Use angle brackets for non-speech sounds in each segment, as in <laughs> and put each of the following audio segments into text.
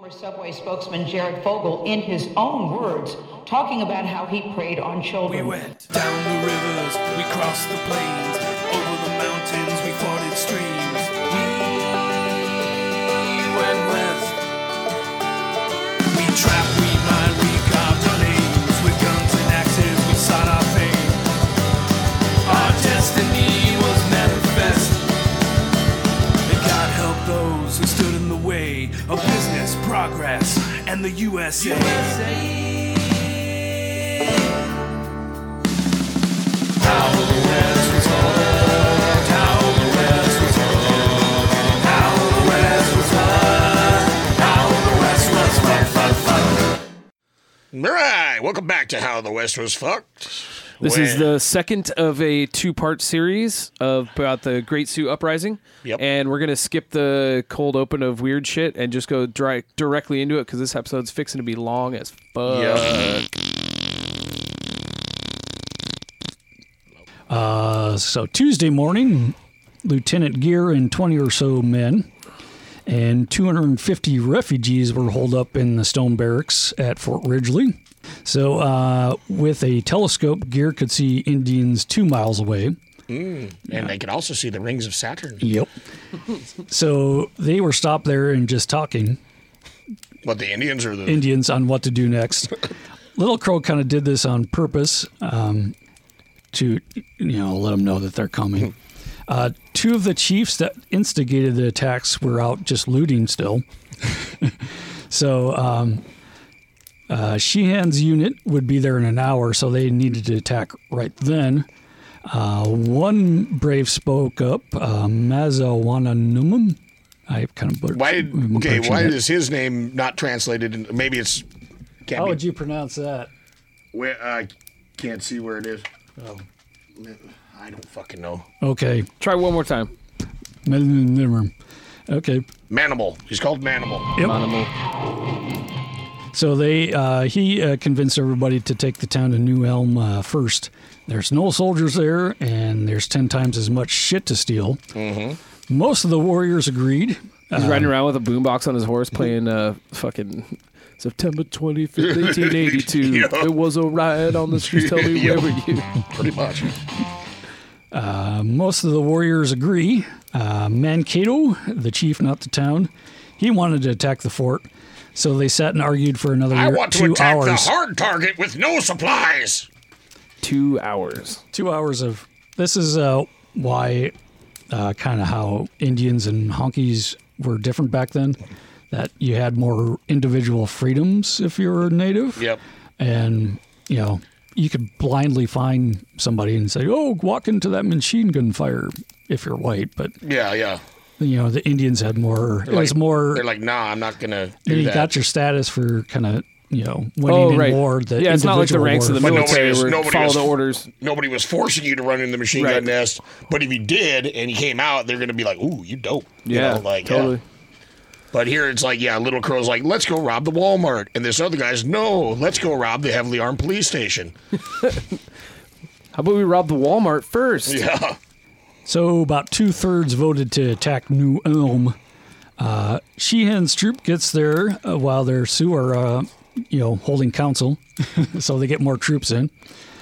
former Subway spokesman Jared Fogle, in his own words, talking about how he preyed on We children. went down the rivers, we crossed the plains, over the mountains, we forded streams. We went west. We trapped, we mined, we carved our names with guns and axes. We sought our fame. Our destiny was manifest. And God help those who stood in the way of business, progress, and the USA. All right, welcome back to How the West Was Fucked. This is Where- the second of a two-part series of about the Great Sioux Uprising. Yep. And we're gonna skip the cold open of weird shit and just go dri- directly into it because this episode's fixing to be long as fuck. Yep. Uh, so Tuesday morning, Lieutenant Gear and 20 or so men and 250 refugees were holed up in the stone barracks at Fort Ridgely. So, uh, with a telescope, Gear could see Indians two miles away. And they could also see the rings of Saturn. Yep. so they were stopped there and just talking. But the Indians are the. Indians on what to do next. Little Crow kind of did this on purpose um, to, you know, let them know that they're coming. Uh, two of the chiefs that instigated the attacks were out just looting still. <laughs> so um, uh, Sheehan's unit would be there in an hour, so they needed to attack right then. Uh, one brave spoke up, uh, Mazawananumum. I kind of butchered. why did okay? Why butchered it. is his name not translated? In, maybe it's. Can't How be, would you pronounce that? Where, I can't see where it is. Oh. I don't fucking know. Okay. Try one more time. Minimum. Okay. Manimal. He's called Manimal. Animal. So they uh, he uh, convinced everybody to take the town to New Elm uh, first. There's no soldiers there, and there's ten times as much shit to steal. Mm-hmm. Most of the warriors agreed. He's riding Uh-huh. around with a boombox on his <laughs> horse playing uh fucking September <laughs> 25th, 1882. Yeah. There was a riot on the streets. Tell me <laughs> Yeah. where were you? Pretty much. Most of the warriors agree. Uh, Mankato, the chief, not the town, he wanted to attack the fort. So they sat and argued for another I year- want to two attack the hours. hard target with no supplies. Two hours. two hours of this is uh, why uh, kind of how Indians and honkies were different back then. That you had more individual freedoms if you were native. Yep. And you know you could blindly find somebody and say, "Oh, walk into that machine gun fire." If you're white, but Yeah, yeah. you know the Indians had more. it was more. They're like, nah, I'm not gonna do you that. got your status for kind of you know winning Oh, in right. war. The yeah, it's not like the individual ranks war. of the But nobody military was- where nobody follow was- the orders. Nobody was forcing you to run in the machine Right. gun nest, but if you did and you came out, they're gonna be like, "Ooh, you dope." You Yeah, know, like, yeah. totally. But here it's like, yeah, Little Crow's like, let's go rob the Walmart. And this other guy's, no, let's go rob the heavily armed police station. How about we rob the Walmart first? Yeah. So about two thirds voted to attack New Ulm. Uh, Sheehan's troop gets there uh, while their Sioux are, uh, you know, holding council, <laughs> so they get more troops in.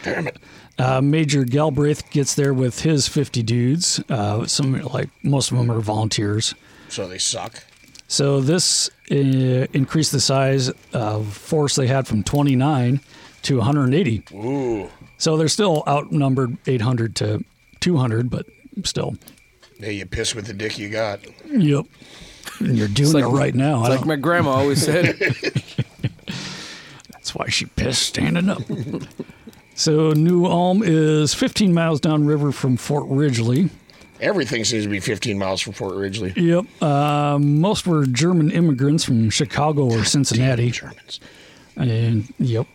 Damn it. Uh, Major Galbraith gets there with his 50 dudes. Uh, some like most of them are volunteers. So they suck. So this uh, increased the size of force they had from 29 to 180. Ooh. So they're still outnumbered 800 to 200, but still. Hey, you piss with the dick you got. Yep. And you're doing like- it right now. I Like don't- my grandma always said. That's why she pissed standing up. <laughs> so New Ulm is 15 miles downriver from Fort Ridgely. Everything seems to be 15 miles from Fort Ridgely. Yep. Uh, most were German immigrants from Chicago or Cincinnati. Germans. And yep.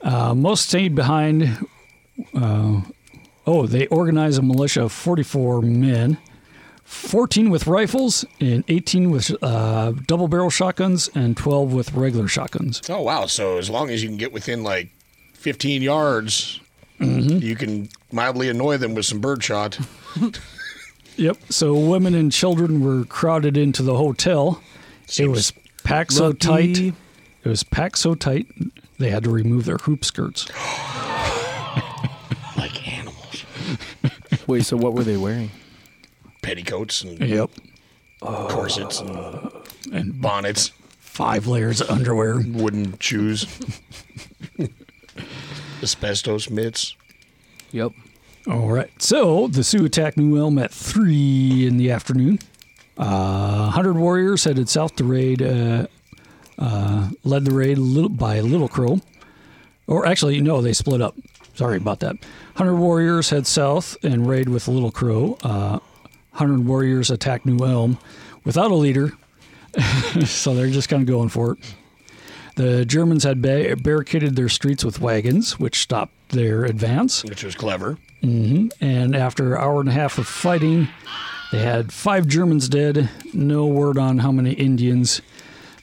Uh, most stayed behind. Uh, oh, they organized a militia of 44 men, 14 with rifles and 18 with uh, double barrel shotguns and 12 with regular shotguns. Oh, wow. So as long as you can get within like 15 yards, Mm-hmm. you can mildly annoy them with some birdshot. Yep. So women and children were crowded into the hotel. it was packed so tight. Lucky. It was packed so tight they had to remove their hoop skirts. like animals. <laughs> Wait, so what were they wearing? Petticoats and Yep. corsets and And bonnets, five layers of underwear. wooden shoes, <laughs> asbestos mitts. Yep. All right. So the Sioux attacked New Ulm at three in the afternoon. Uh, 100 warriors headed south to raid, uh, uh, led the raid little, by Little Crow. Or actually, no, they split up. Sorry about that. 100 warriors head south and raid with Little Crow. Uh, 100 warriors attack New Elm without a leader. <laughs> so they're just kind of going for it. The Germans had ba- barricaded their streets with wagons, which stopped their advance. which was clever. And after an hour and a half of fighting, they had five Germans dead. No word on how many Indians,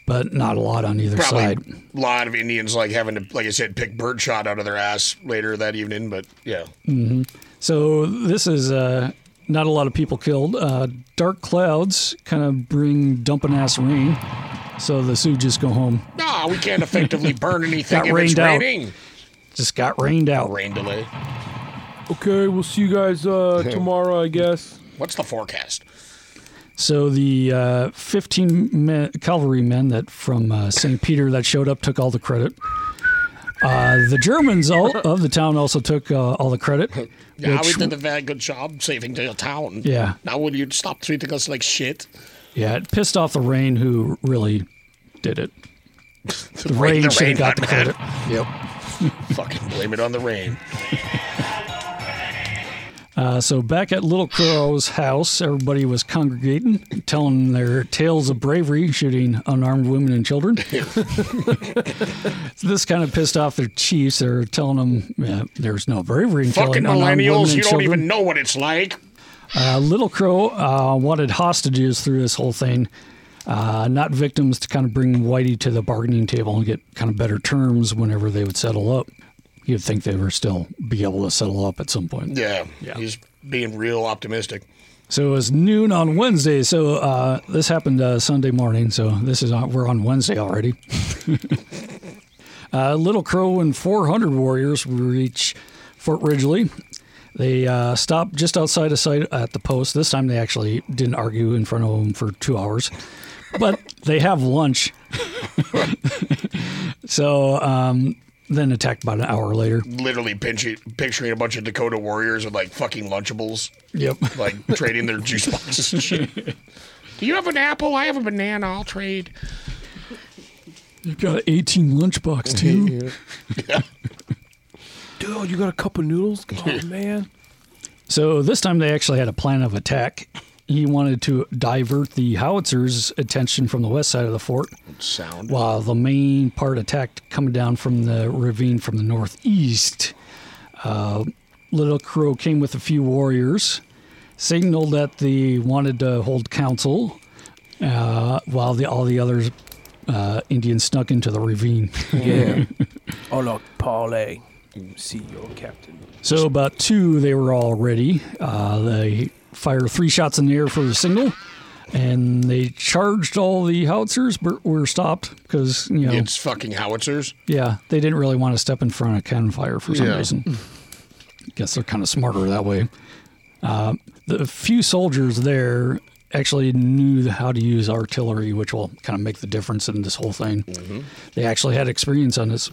but not a lot on either Probably side. a lot of Indians like having to, like I said, pick birdshot out of their ass later that evening. But yeah, So this is uh, not a lot of people killed. Uh, dark clouds kind of bring dumping ass rain. So the Sioux just go home. no, we can't effectively burn anything Got if it's rained out. raining. Just got rained out. Rain delay. Okay, we'll see you <laughs> guys uh, tomorrow, I guess. What's the forecast? So the uh, 15 men, cavalry men that from uh, St. Peter that showed up took all the credit. Uh, the Germans all, of the town also took uh, all the credit. <laughs> Yeah, we which- did a very good job saving the town. Yeah. Now will you stop treating us like <laughs> shit? Yeah, it pissed off the rain who really <laughs> did it. The rain, the should have got the got mad. credit. Yep. Fucking blame it on the rain. Uh, so back at Little Crow's house, everybody was congregating, telling their tales of bravery, shooting unarmed women and <laughs> children. <laughs> So this kind of pissed off their chiefs. They're telling them yeah, there's no bravery in Fucking killing unarmed women millennials, and you don't children. even know what it's like. Uh, Little Crow uh, wanted hostages through this whole thing, uh, not victims, to kind of bring Whitey to the bargaining table and get kind of better terms whenever they would settle up. You'd think they were still be able to settle up at some point. Yeah, he's being real optimistic. So it was noon on Wednesday. So uh, this happened uh, Sunday morning. So this is on, we're on Wednesday already. <laughs> uh, Little Crow and 400 warriors reach Fort Ridgely. They uh, stopped just outside of sight at the post. This time they actually didn't argue in front of them for two hours, but they have lunch. <laughs> so um, then attacked about an hour later. Literally pinching, picturing a bunch of Dakota warriors with like fucking Lunchables. Yep. like <laughs> trading their juice boxes and shit. <laughs> Do you have an apple? I have a banana. I'll trade. You've got an 18 lunchbox too. Dude, you got a cup of noodles? Oh, <laughs> man. So this time they actually had a plan of attack. He wanted to divert the howitzers' attention from the west side of the fort, Sound. while the main part attacked coming down from the ravine from the northeast. Uh, Little Crow came with a few warriors, signaled that they wanted to hold council, uh, while the, all the other uh, Indians snuck into the ravine. <laughs> Yeah. oh, look, Parlay. See your captain. So about two, they were all ready. Uh, they fired three shots in the air for the signal, and they charged all the howitzers, but were stopped because you know, It's fucking howitzers. yeah, they didn't really want to step in front of cannon fire for some Yeah. reason. Guess they're kind of smarter that way. Uh, the few soldiers there actually knew how to use artillery, which will kind of make the difference in this whole thing. Mm-hmm. They actually had experience on this.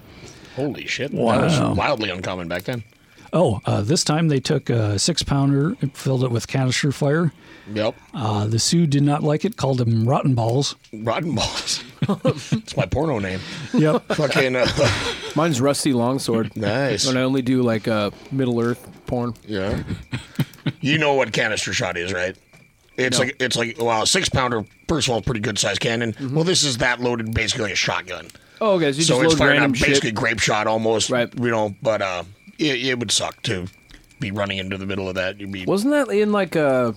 Holy shit. Wow. That was wildly uncommon back then. Oh, uh, this time they took a six pounder and filled it with canister fire. Yep. Uh, the Sioux did not like it, called them rotten balls. Rotten balls. <laughs> It's my porno name. Yep. Fucking uh, Mine's Rusty Longsword. nice. And I only do like uh, Middle Earth porn. Yeah. <laughs> You know what canister shot is, right? It's like it's like wow, a six pounder. First of all, pretty good sized cannon. Well, this is that loaded basically like a shotgun. Mm-hmm. Oh, guys, you so it's just load firing out random basically shit. grape shot almost, Right. You know, but uh, it, it would suck to be running into the middle of that. You'd be Wasn't that in like uh,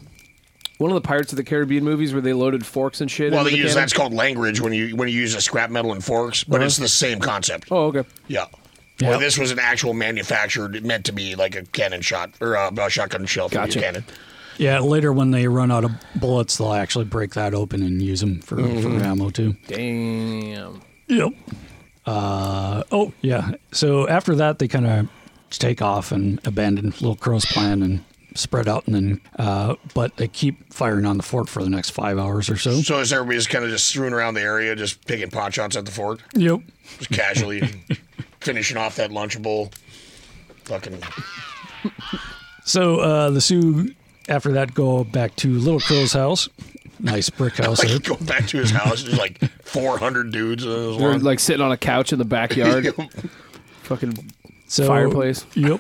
one of the Pirates of the Caribbean movies where they loaded forks and shit? well, into they the use cannon? Uh-huh. that's called language when you when you use a scrap metal and forks, but it's the same concept. Oh, okay. Yeah. Well, this was an actual manufactured, meant to be like a cannon shot or uh, a shotgun shell for your Gotcha. cannon. Yeah, later when they run out of bullets, they'll actually break that open and use them for, for ammo too. Damn. Yep. Uh, oh, yeah. So after that, they kind of take off and abandon Little Crow's plan and spread out, and then uh, but they keep firing on the fort for the next five hours or so. So is everybody just kind of just strewn around the area, just taking pot shots at the fort, Yep. just casually finishing off that lunchable? Fucking So uh, the Sioux after that go back to Little Crow's house. Nice brick house there. like go back to his house. There's like 400 dudes. In his We're lawn. like sitting on a couch in the <laughs> backyard. Fucking So, Fireplace. Yep.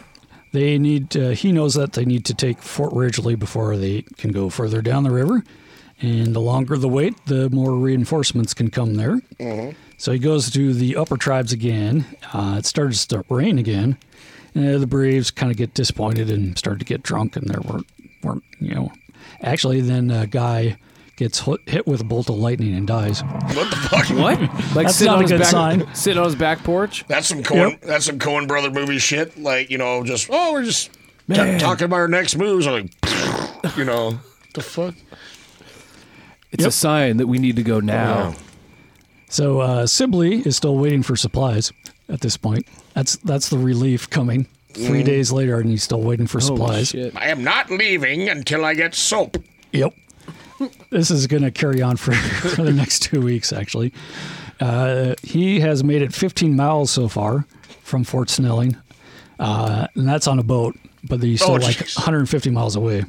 They need. Uh, he knows that they need to take Fort Ridgely before they can go further down the river, and the longer the wait, the more reinforcements can come there. So he goes to the upper tribes again. Uh, it starts to rain again, and the Braves kind of get disappointed and start to get drunk, and there weren't weren't you know. Actually, then a guy gets hit, hit with a bolt of lightning and dies. what the fuck? what? Like That's sitting not on a his good back, sign. sitting on his back porch. That's some Coen. Yep. That's some Coen brother movie shit. Like you know, just oh, we're just t- talking about our next moves. I'm like, <laughs> you know, the fuck. It's a sign that we need to go now. So uh, Sibley is still waiting for supplies at this point. That's that's the relief coming. Three days later, and he's still waiting for Holy supplies. shit. I am not leaving until I get soap. Yep. This is going to carry on for, <laughs> for the next two weeks, actually. Uh, he has made it 15 miles so far from Fort Snelling, uh, and that's on a boat, but he's still Oh, like jeez. 150 miles away.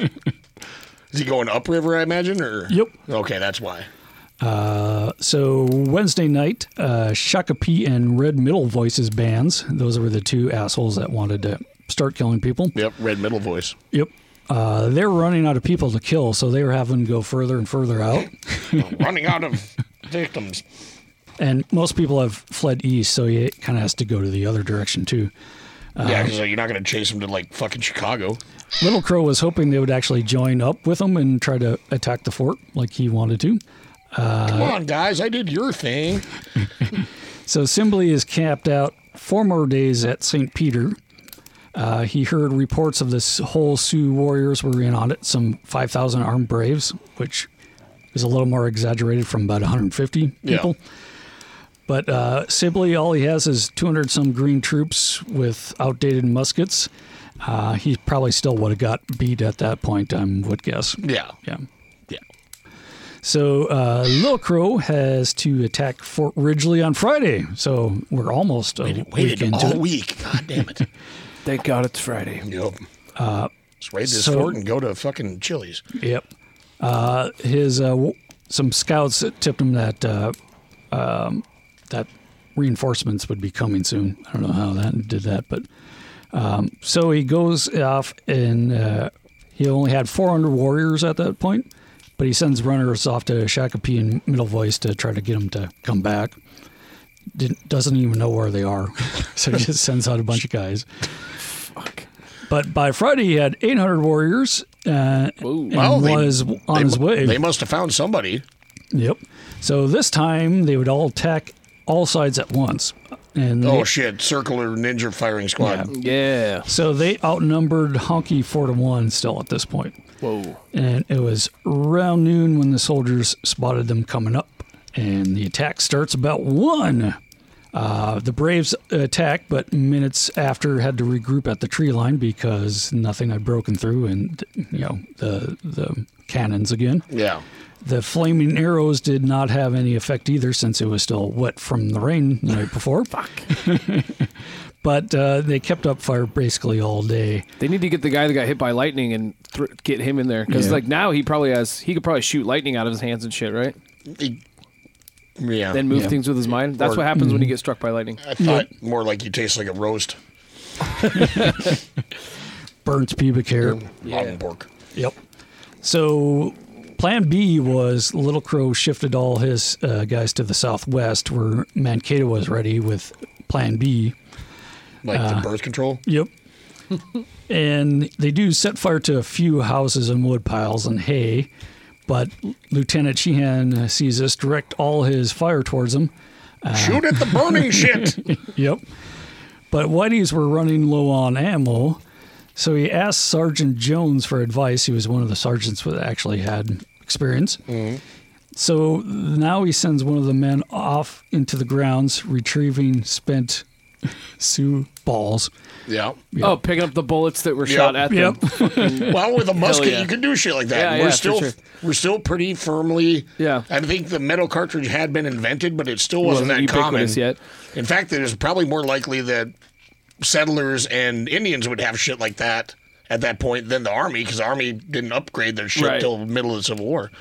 Is he going upriver? I imagine. Or Yep. Okay, that's why. So Wednesday night, uh, Shaka P and Red Middle Voices bands. Those were the two assholes that wanted to start killing people. Yep. Red middle voice. Yep. Uh, they were running out of people to kill, so they were having to go further and further out. Running out of <laughs> victims. And most people have fled east, so he kind of has to go to the other direction too. yeah, because you're not gonna chase him to like fucking Chicago. Little Crow was hoping they would actually join up with him and try to attack the fort like he wanted to. Come on, guys. I did your thing. So Simbli is camped out four more days at St. Peter. Uh, he heard reports of this whole Sioux warriors were in on it, some 5,000 armed braves, which is a little more exaggerated from about 150 Yeah. people. But uh, Sibley, all he has is 200 some green troops with outdated muskets. Uh, he probably still would have got beat at that point, I would guess. Yeah. Yeah. Yeah. So uh, Little Crow has to attack Fort Ridgely on Friday. So we're almost a week Waited into all it. week. God damn it. Thank God it's Friday. yep. Let's raid this so- fort and go to fucking Chili's. Yep. Uh, his uh, w- some scouts that tipped him that uh, um, that reinforcements would be coming soon. I don't know how that did that, but um, so he goes off and uh, he only had 400 warriors at that point, but he sends runners off to Shakopee and Middle Voice to try to get him to come back. Didn't, doesn't even know where they are, <laughs> so he <laughs> just sends out a bunch of guys. But by Friday, he had 800 warriors uh, and Well, Oh, they- was on They his mu- way. They must have found somebody. yep. So this time they would all attack all sides at once. And Oh they- shit! Circular ninja firing squad. Yeah. so they outnumbered Honky four to one still at this point. Whoa. And it was around noon when the soldiers spotted them coming up. And the attack starts about one. Uh, the Braves attacked, but minutes after had to regroup at the tree line because nothing had broken through, and you know the the cannons again. Yeah. The flaming arrows did not have any effect either, since it was still wet from the rain the night before. Fuck. <laughs> but uh, they kept up fire basically all day. They need to get the guy that got hit by lightning and thr get him in there because Yeah. like now he probably has he could probably shoot lightning out of his hands and shit, right? He- yeah. Then move Yeah. Mm-hmm. things with his mind. That's Or- what happens when you get struck by lightning. I thought more like you taste like a roast. Burnt pubic hair. Mm. Lomborg. Yep. So plan B was Little Crow shifted all his uh, guys to the southwest where Mankato was ready with plan B. Like the birth control. Yep. and they do set fire to a few houses and wood piles and hay, but Lieutenant Sheehan sees this, direct all his fire towards them. Shoot at the burning shit. Yep. But Whiteys were running low on ammo, So he asked Sergeant Jones for advice. He was one of the sergeants that actually had experience. So now he sends one of the men off into the grounds, retrieving spent <laughs> Sioux balls. Yeah. Oh, picking up the bullets that were shot at them. <laughs> Well, with a musket, yeah. you can do shit like that. Yeah, we're yeah, for still sure. we're still pretty firmly. Yeah. I think the metal cartridge had been invented, but it still wasn't, Wasn't that common ubiquitous yet. In fact, it is probably more likely that settlers and Indians would have shit like that at that point than the army, because the army didn't upgrade their shit Right. till the middle of the Civil War.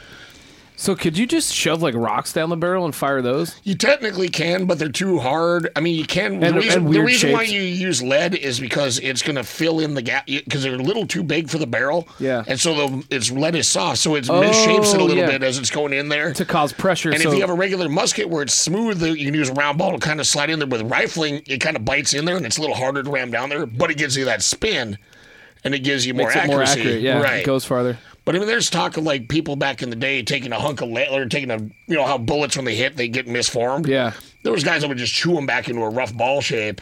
So could you just shove like rocks down the barrel and fire those? You technically can, but they're too hard. I mean, you can. the And- reason, and the weird reason why shapes. you use lead is because it's going to fill in the gap because they're a little too big for the barrel. Yeah. And so the, it's lead is soft, so it misshapes it a Oh, little yeah. bit as it's going in there. to cause pressure. and so if you have a regular musket where it's smooth, you can use a round ball to kind of slide in there. With rifling, it kind of bites in there, and it's a little harder to ram down there, but it gives you that spin, and it gives you more makes it accuracy. more accurate. Yeah, right. it goes farther. But I mean, there's talk of like people back in the day taking a hunk of lead or taking a, you know, how bullets when they hit, they get misformed. Yeah. There was guys that would just chew them back into a rough ball shape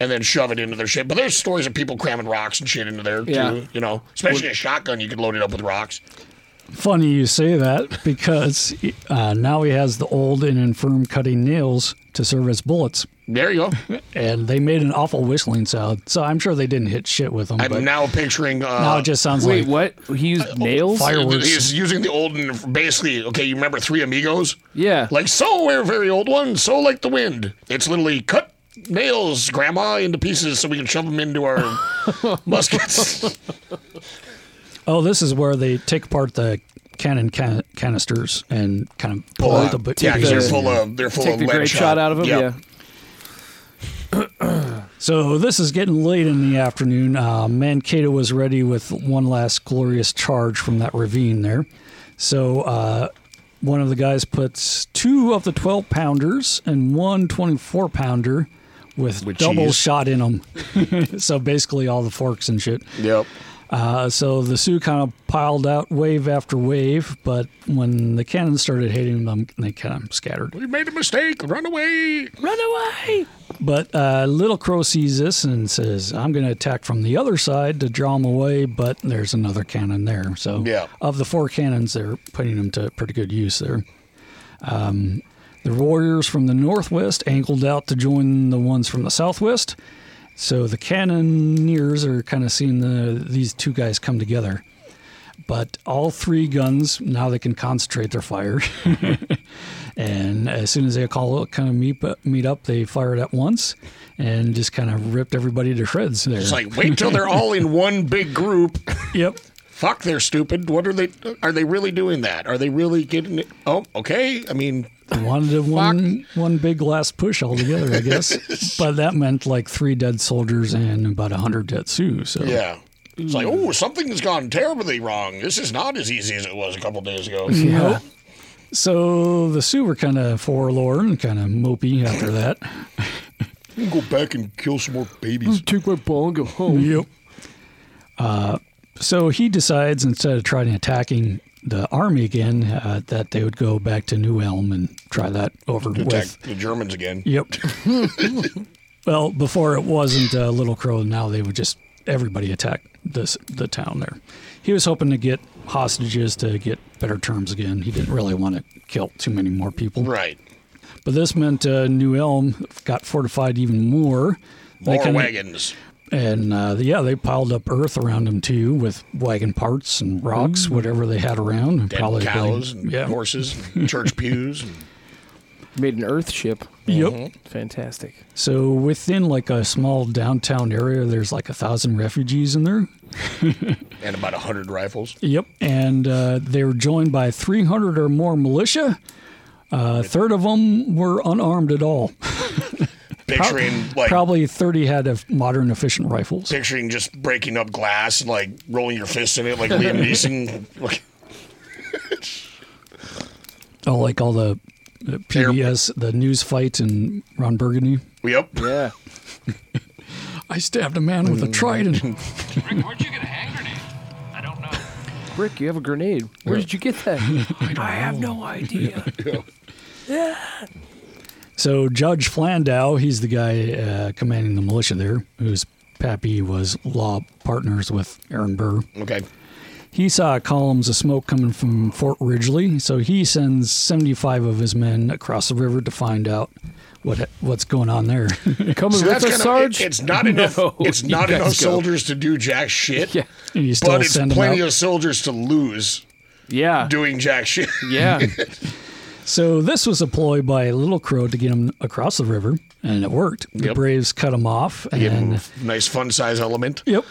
and then shove it into their shape. But there's stories of people cramming rocks and shit into there Yeah. too, you know, especially a shotgun, you could load it up with rocks. Funny you say that because uh, now he has the old and infirm cutting nails to serve as bullets. There <laughs> you go. And they made an awful whistling sound. So I'm sure they didn't hit shit with them. but I'm now picturing. Uh, now it just sounds Wait, like what? He used nails? fire- fireworks. He's using the old and basically, okay, you remember Three Amigos? Yeah. Like, so we're very old ones, so like the wind. It's literally cut nails, grandma, into pieces so we can shove them into <laughs> our muskets. Oh, this is where they take apart the cannon can- canisters and kind of pull out the bu- yeah, 'cause pieces. they're full of they're full Take of the lead great shot out of him. Yep. Yeah. So this is getting late in the afternoon. Uh, Mankato was ready with one last glorious charge from that ravine there. So uh, one of the guys puts two of the 12 pounders and one 24 pounder with, double cheese. shot in them. so basically all the forks and shit. Yep. Uh, so the Sioux kind of piled out wave after wave, but when the cannon started hitting them, they kind of scattered. We made a mistake. Run away. Run away! But uh, Little Crow sees this and says, I'm going to attack from the other side to draw them away, but there's another cannon there. So, Yeah. of the four cannons, they're putting them to pretty good use there. Um, the warriors from the northwest angled out to join the ones from the southwest. So, the cannoneers are kind of seeing the, these two guys come together. But all three guns, now they can concentrate their fire. <laughs> And as soon as they call kind of meet meet up, they fired at once and just kind of ripped everybody to shreds. There. It's like wait till they're all in one big group. yep. Fuck, they're stupid. What are they? Are they really doing that? Are they really getting it? Oh, okay. I mean, Wanted one one big last push altogether, <laughs> I guess. but that meant like three dead soldiers and about a hundred dead Sioux. So yeah. It's like oh, something's gone terribly wrong. This is not as easy as it was a couple days ago. Nope. So the Sioux were kind of forlorn, kind of mopey after that. Go back and kill some more babies. Take my ball and go home. Yep. Uh, so he decides instead of trying attacking the army again, uh, that they would go back to New Elm and try that over Attack with. the Germans again. Yep. well, before it wasn't uh, Little Crow. Now they would just everybody attack this the town there. He was hoping to get hostages to get better terms again. He didn't really want to kill too many more people. Right. But this meant uh, New Elm got fortified even more. They More kinda- wagons. and uh, yeah, they piled up earth around them too with wagon parts and rocks, whatever they had around. Dead probably cows and yeah. horses, and church pews. and- Made an earth ship. Yep. Mm-hmm. Fantastic. So within like a small downtown area, there's like a thousand refugees in there. and about 100 rifles. Yep. And uh, they were joined by 300 or more militia. Uh, a third of them were unarmed at all. Picturing like <laughs> Probably 30 had a modern efficient rifles. picturing just breaking up glass and like rolling your fist in it like Liam Neeson. Like, Oh, like all the the PBS, the news fight and Ron Burgundy. yep. Yeah. I stabbed a man with a <laughs> trident. Rick, where'd you get a hand grenade? I don't know. Rick, you have a grenade. Where did you get that? I, have no idea. So Judge Flandow, he's the guy uh, commanding the militia there, who's Pappy was law partners with Aaron Burr. Okay. He saw columns of smoke coming from Fort Ridgely, so he sends 75 of his men across the river to find out what what's going on there. <laughs> Coming So with that's us, kind of Sarge. it's not enough. <laughs> No, it's you not guys enough go. soldiers to do jack shit. Yeah. And you still But it's send 'em plenty out. of soldiers to lose Yeah. <laughs> doing jack shit. Yeah. So this was a ploy by Little Crow to get him across the river, and it worked. The Yep. Braves cut him off, Give 'em and a <laughs> nice fun size element. Yep.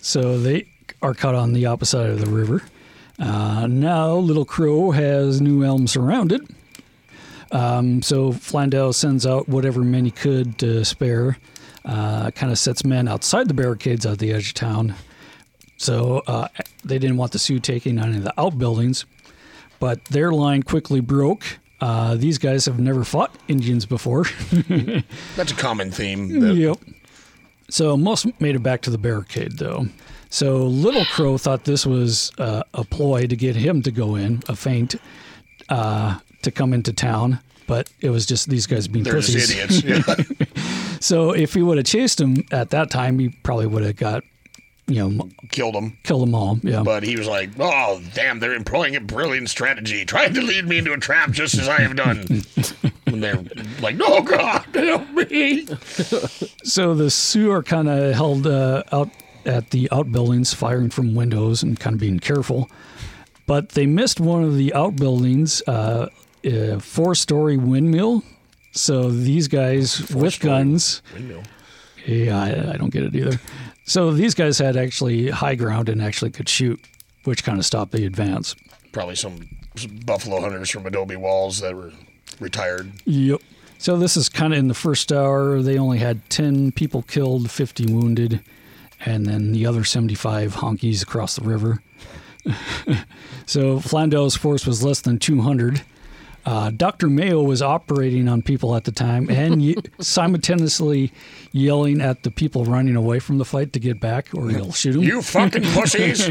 So they are cut on the opposite side of the river. Uh, now Little Crow has New Elm surrounded. Um, so Flandel sends out whatever men he could to spare. Uh, kind of sets men outside the barricades at the edge of town. So uh, they didn't want the Sioux taking any of the outbuildings, but their line quickly broke. Uh, these guys have never fought Indians before. <laughs> That's a common theme. that- Yep. So most made it back to the barricade, though. So Little Crow thought this was uh, a ploy to get him to go in, a feint, uh, to come into town. But it was just these guys being They're pussies. just <laughs> idiots. Yeah. So if he would have chased him at that time, he probably would have got, you know, m- Killed them. killed them all. Yeah. But he was like, oh, damn, they're employing a brilliant strategy, trying to lead me into a trap just as I have <laughs> done. and they're like, no, God, help me. So the Sioux are kind of held uh, out at the outbuildings, firing from windows and kind of being careful. But they missed one of the outbuildings, uh, a four story windmill. So these guys with guns. Yeah, I, I don't get it either. So these guys had actually high ground and actually could shoot, which kind of stopped the advance. Probably some, some buffalo hunters from Adobe Walls that were retired. Yep. So this is kind of in the first hour. They only had 10 people killed, 50 wounded, and then the other 75 honkies across the river. <laughs> so Flandel's force was less than 200. Uh, Dr. Mayo was operating on people at the time and ye- simultaneously yelling at the people running away from the fight to get back or he'll shoot them. You fucking <laughs> pussies.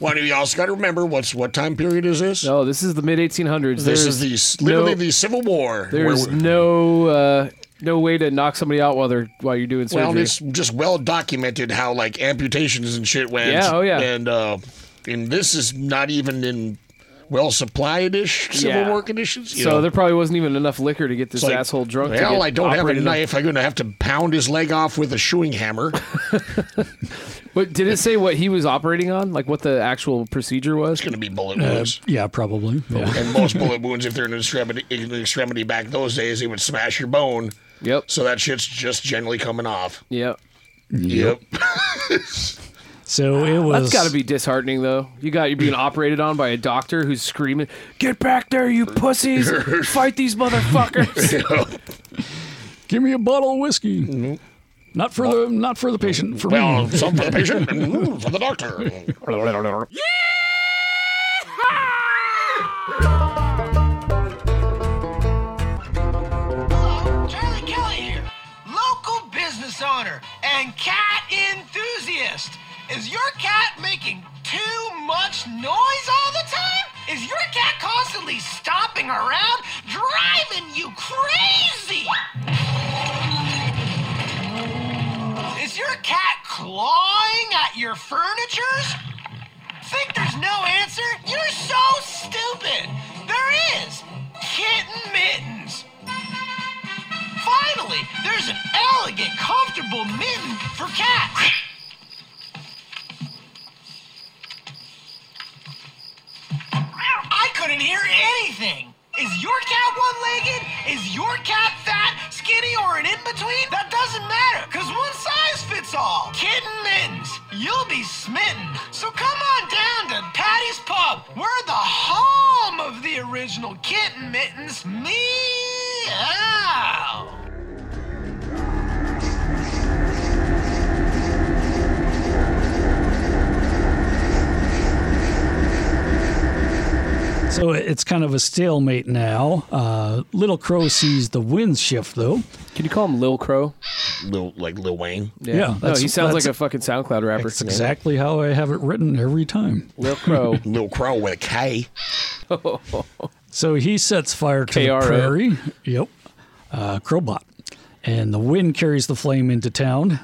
One of you also got to remember what's what time period is this? No, Oh, this is the mid 1800s. this There's is the s- literally no- the Civil War. where There's we're- no uh, no way to knock somebody out while they're while you're doing surgery. well, it's just well documented how like amputations and shit went. Yeah, oh, yeah. And uh, and this is not even in well supplied ish Civil Yeah. War conditions. you so know? there probably wasn't even enough liquor to get this It's like, asshole drunk. to Well, get I don't have a operated on." knife. I'm going to have to pound his leg off with a shoeing hammer. <laughs> But did it say what he was operating on? Like what the actual procedure was? It's going to be bullet Uh, wounds. yeah, probably. Yeah. and most bullet wounds, if they're in an extremity, in an extremity back those days, they would smash your bone. Yep. So that shit's just generally coming off. Yep. Yep. So it was. That's got to be disheartening, though. You got you're being operated on by a doctor who's screaming, "Get back there, <laughs> you pussies! Fight these motherfuckers!" Give me a bottle of whiskey. Not for the not for the patient. For well, me. some for the patient and mm, for the doctor. Hello, Charlie Kelly here, local business owner and cat enthusiast. Is your cat making too much noise all the time? Is your cat constantly stomping around, driving you crazy? Is your cat clawing at your furnitures? Think there's no answer? You're so stupid! There is! Kitten mittens! Finally, there's an elegant, comfortable mitten for cats. I couldn't hear anything. Is your cat one legged? Is your cat fat, skinny, or an in between? That doesn't matter, because one size fits all. Kitten mittens, you'll be smitten. So come on down to Patty's Pub. We're the home of the original kitten mittens. Meow. So it's kind of a stalemate now. Uh, Little Crow sees the winds shift though. Can you call him Lil Crow? <laughs> Lil, like Lil Wayne. Yeah, no, that's- he sounds that's- like a fucking SoundCloud rapper. That's exactly how I have it written every time. Lil Crow. Lil Crow with a K. So he sets fire to KRO. the prairie. Yep. Uh, Crowbot. And the wind carries the flame into town.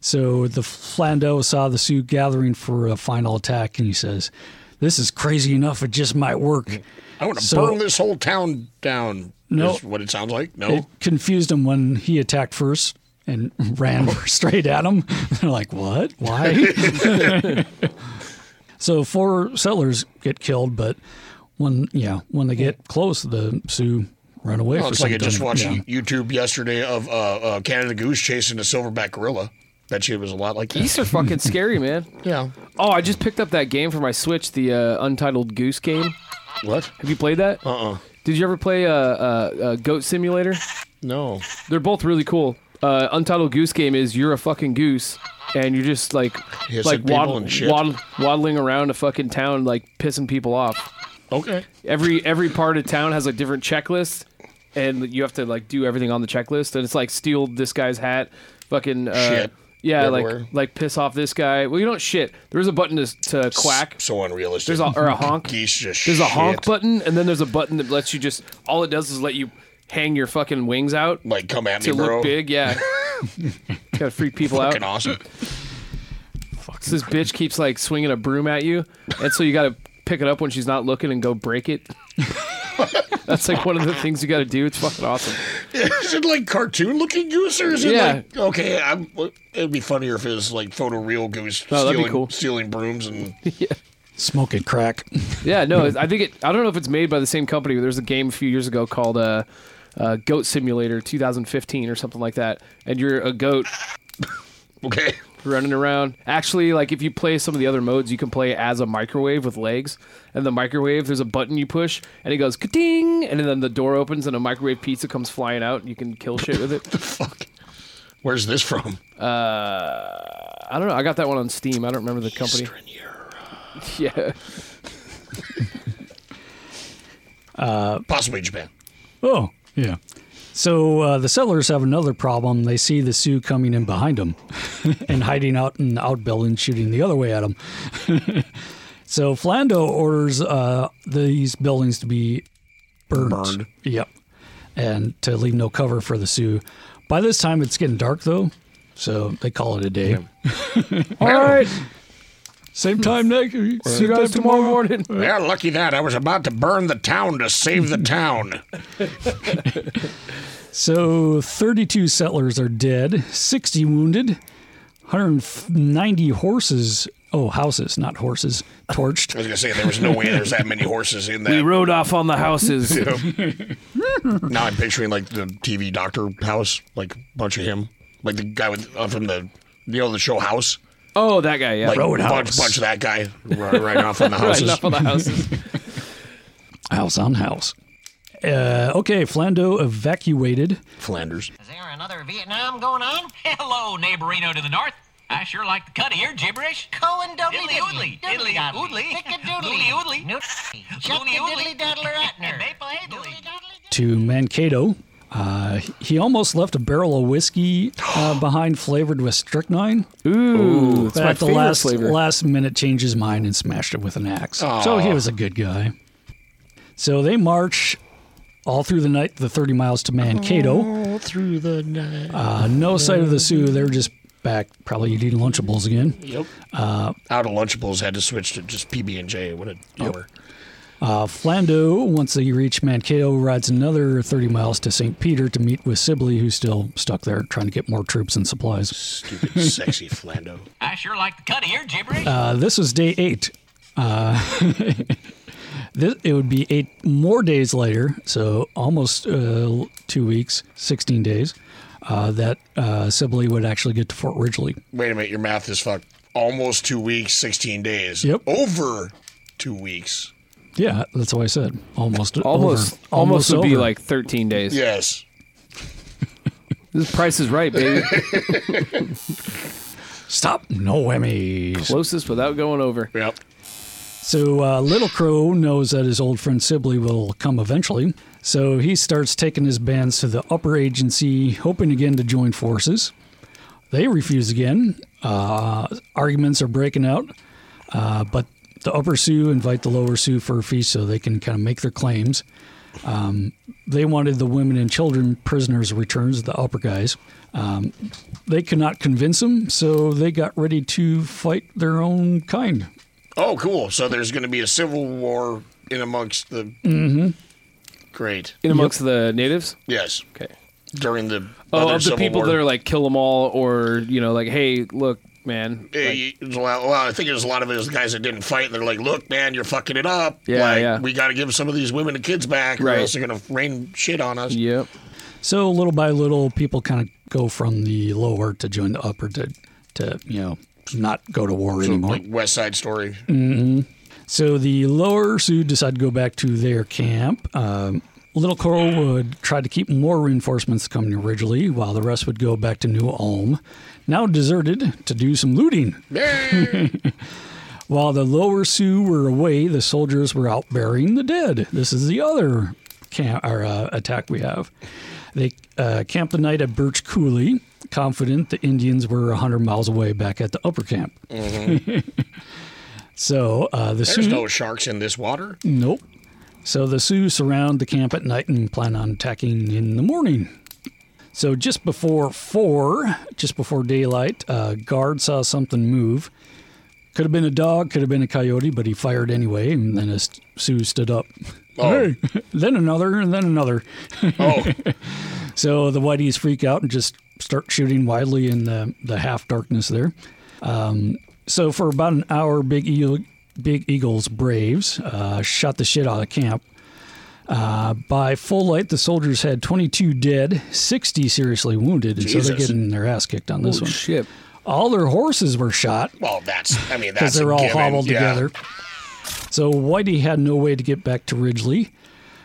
So the Flando saw the Sioux gathering for a final attack, and he says, "This is crazy enough. It just might work." I want to So- burn this whole town down. No. Is what it sounds like. No. It confused him when he attacked first and <laughs> ran Oh. straight at him. <laughs> They're like, "What? Why?" <laughs> so four settlers get killed, but when yeah, when they get close, the Sioux run away. Well, for Oh, it's like I some just time. watched Yeah. YouTube yesterday of uh, uh, Canada Goose chasing a silverback gorilla. That shit was a lot like that. Geese are fucking scary, man. yeah. Oh, I just picked up that game for my Switch, the uh, Untitled Goose game. What? Have you played that? Uh uh Did you ever play uh, uh, uh, Goat Simulator? No. They're both really cool. Uh, Untitled Goose Game is you're a fucking goose and you're just like Hissing like people waddle, and shit. waddle, waddling around a fucking town like pissing people off. Okay. Every every part of town has a different checklist and you have to like do everything on the checklist and it's like steal this guy's hat, fucking uh, Shit. Yeah, Everywhere. like like piss off this guy. Well, you don't shit. There's a button to, to quack. So unrealistic. There's a or <laughs> a honk. Geese just There's a shit. honk button, and then there's a button that lets you just all it does is let you hang your fucking wings out Like, come at me, to bro. look <laughs> big. Yeah, gotta freak people out. Fucking awesome. <laughs> So This bitch keeps like swinging a broom at you, and so you gotta pick it up when she's not looking and go break it. <laughs> That's like one of the things you gotta do. It's fucking awesome. is it like cartoon looking goose or is it Yeah. like okay? I'm, it'd be funnier if it was like photoreal goose Oh, that'd be stealing, cool. stealing brooms <laughs> and smoking crack. <laughs> Yeah, no, it's- I think it. I don't know if it's made by the same company, but there's a game a few years ago called uh, uh, Goat Simulator 2015 or something like that, and you're a goat okay. running around. Actually, like if you play some of the other modes, you can play as a microwave with legs. And the microwave, there's a button you push, and it goes ka-ding, and then the door opens, and a microwave pizza comes flying out, and you can kill shit with it. Fuck. Where's this from? I don't know. I got that one on Steam. I don't remember the company. <laughs> Yeah, Possibly Japan. Oh, yeah. So uh, the settlers have another problem. They see the Sioux coming in behind <laughs> them and hiding out in the outbuilding, shooting the other way at them. <laughs> so Flando orders uh, these buildings to be burnt. Burned. Yep. And to leave no cover for the Sioux. By this time, it's getting dark, though. So they call it a day. All right. Same time next. See you guys tomorrow morning. <laughs> Yeah, lucky that I was about to burn the town to save the town. So 32 settlers are dead, 60 wounded, 190 horses, oh, houses, not horses, I torched. was gonna say there was no way there's that many horses in that. we rode off on the <laughs> houses. Now I'm picturing like the TV doctor house, like a bunch of him, like the guy with uh, from the you know the show House, Oh, that guy. Yeah, like bunch Roadhouse. bunch of that guy right, right off <laughs> on the Right, houses. off on the <laughs> houses. House on house. Uh, okay, Flando evacuated. Flanders. Is there another Vietnam going on? <laughs> Hello, neighborino to the north. I sure like the cut of your gibberish. Cohen doodly Idly oodly, diddly. idly oodly, <laughs> Doodly oodly oodly, oodly. loony Diddly oodly, daddler and <laughs> atner. maple hadley. to Mankato. Uh, he almost left a barrel of whiskey uh, behind, flavored with strychnine. Ooh, it's but my at the favorite last flavor. last minute, changed his mind and smashed it with an axe. So he was a good guy. So they march all through the night, the thirty miles to Mankato. All through the night. Uh, no sight of the Sioux. They were just back, probably eating Lunchables again. Out of Lunchables had to switch to just PB and J. What a bummer. Uh, Flando, once they reach Mankato, rides another 30 miles to St. Peter to meet with Sibley, who's still stuck there trying to get more troops and supplies. Stupid <laughs> sexy Flando. I sure like the cut of your gibberish. Uh, this was day eight. Uh, <laughs> this, it would be eight more days later, so almost uh, two weeks, 16 days, uh, that uh, Sibley would actually get to Fort Ridgely. Wait a minute, your math is fucked. Almost two weeks, sixteen days. Yep. Over two weeks. Yeah, that's what I said. Almost. over. Almost, almost, would be over. like 13 days. Yes. This price is right, <laughs> baby. Stop. No whammies. Closest without going over. Yep. So uh, Little Crow knows that his old friend Sibley will come eventually. So he starts taking his bands to the upper agency, hoping again to join forces. They refuse again. Uh, arguments are breaking out, uh, but the upper Sioux invite the lower Sioux for a feast so they can kind of make their claims. they wanted the women and children prisoners returned, the upper guys. Um, they could not convince them, so they got ready to fight their own kind. Oh, cool. So there's going to be a civil war in amongst the. Mm-hmm. Great. in amongst the natives. Yes. Okay. During the. Oh, other of the civil people war. that are like kill them all, or you know, like hey, look, man. Yeah, you- there's a lot- well, I think there's a lot of those guys that didn't fight. They're like, "Look, man, you're fucking it up. Yeah, like, yeah. We got to give some of these women and kids back, or Right. else they're gonna rain shit on us." Yep. So little by little, people kind of go from the lower to join the upper to, to you know, not go to war So, anymore. like West Side Story. Mm-hmm. So the lower Sioux decide to go back to their camp. Um, Little Coral would try to keep more reinforcements coming originally, while the rest would go back to New Ulm, now deserted, to do some looting. Yay! While the lower Sioux were away, the soldiers were out burying the dead. This is the other camp, or, uh, attack we have. They uh, camped the night at Birch Coulee, confident the Indians were 100 miles away back at the upper camp. <laughs> so uh, the there's Mm-hmm. Sioux. no sharks in this water. Nope. So the Sioux surround the camp at night and plan on attacking in the morning. So just before four, just before daylight, uh, guard saw something move. Could have been a dog, could have been a coyote, but he fired anyway. And then a st- Sioux stood up. Oh. <laughs> Hey, then another, and then another. Oh, So the whiteys freak out and just start shooting wildly in the, the half darkness there. Um, so for about an hour, Big Eagle, Big Eagle's Braves uh, shot the shit out of camp. Uh, by full light, the soldiers had 22 dead, 60 seriously wounded, and so they're Jesus. getting their ass kicked on this Holy one. shit. All their horses were shot well, that's. I <laughs> mean, that's. because they're a all given. hobbled Yeah. together. So Whitey had no way to get back to Ridgely.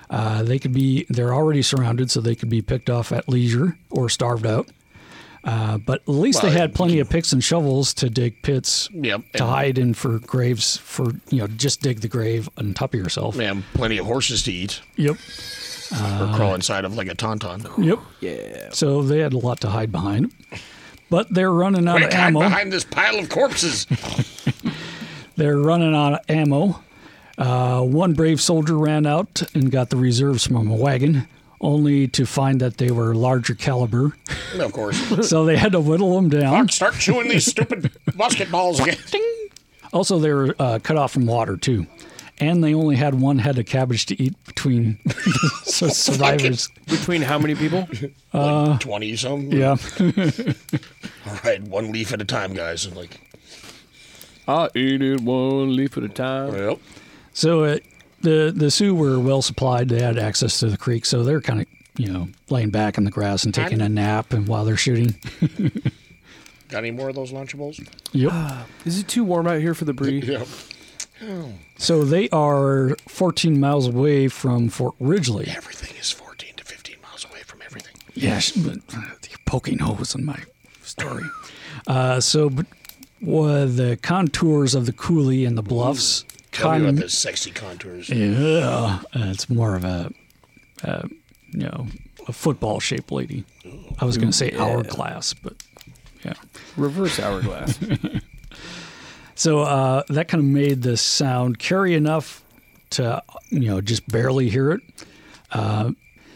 Uh, they could be they're already surrounded, so they could be picked off at leisure or starved out. Uh, but at least Well, they had plenty of picks and shovels to dig pits Yep, to and- hide in for graves for you know just dig the grave on top of yourself. Man, plenty of horses to eat or Yep. Uh. crawl inside of like a tauntaun. Yep. Yeah. So they had a lot to hide behind. But they're running out Quick, of hide ammo. behind this pile of corpses. They're running out of ammo. Uh, one brave soldier ran out and got the reserves from a wagon, only to find that they were larger caliber. of course. so they had to whittle them down. Start chewing these stupid musket balls again. <laughs> Also, they were uh, cut off from water too, and they only had one head of cabbage to eat between <laughs> the sur- survivors. Between how many people? Twenty some. Yeah. All right, one leaf at a time, guys. And like, <laughs> I eat it one leaf at a time. yep. So uh the the Sioux were well supplied. They had access to the creek, so they're kind of you know laying back in the grass and taking a nap, and while they're shooting. Got any more of those Lunchables? Yep. <laughs> Is it too warm out here for the breeze? Yep. So they are 14 miles away from Fort Ridgely. Everything is 14 to 15 miles away from everything. Yes, but you're poking holes in my story. Uh, so, but were the contours of the coulee and the bluffs? Tell me con- about the sexy contours. Yeah, uh, it's more of a, uh, you know, a football-shaped lady. I was going to say hourglass, but yeah. Reverse <laughs> hourglass. So uh, that kind of made the sound carry enough to, you know, just barely hear it. Uh,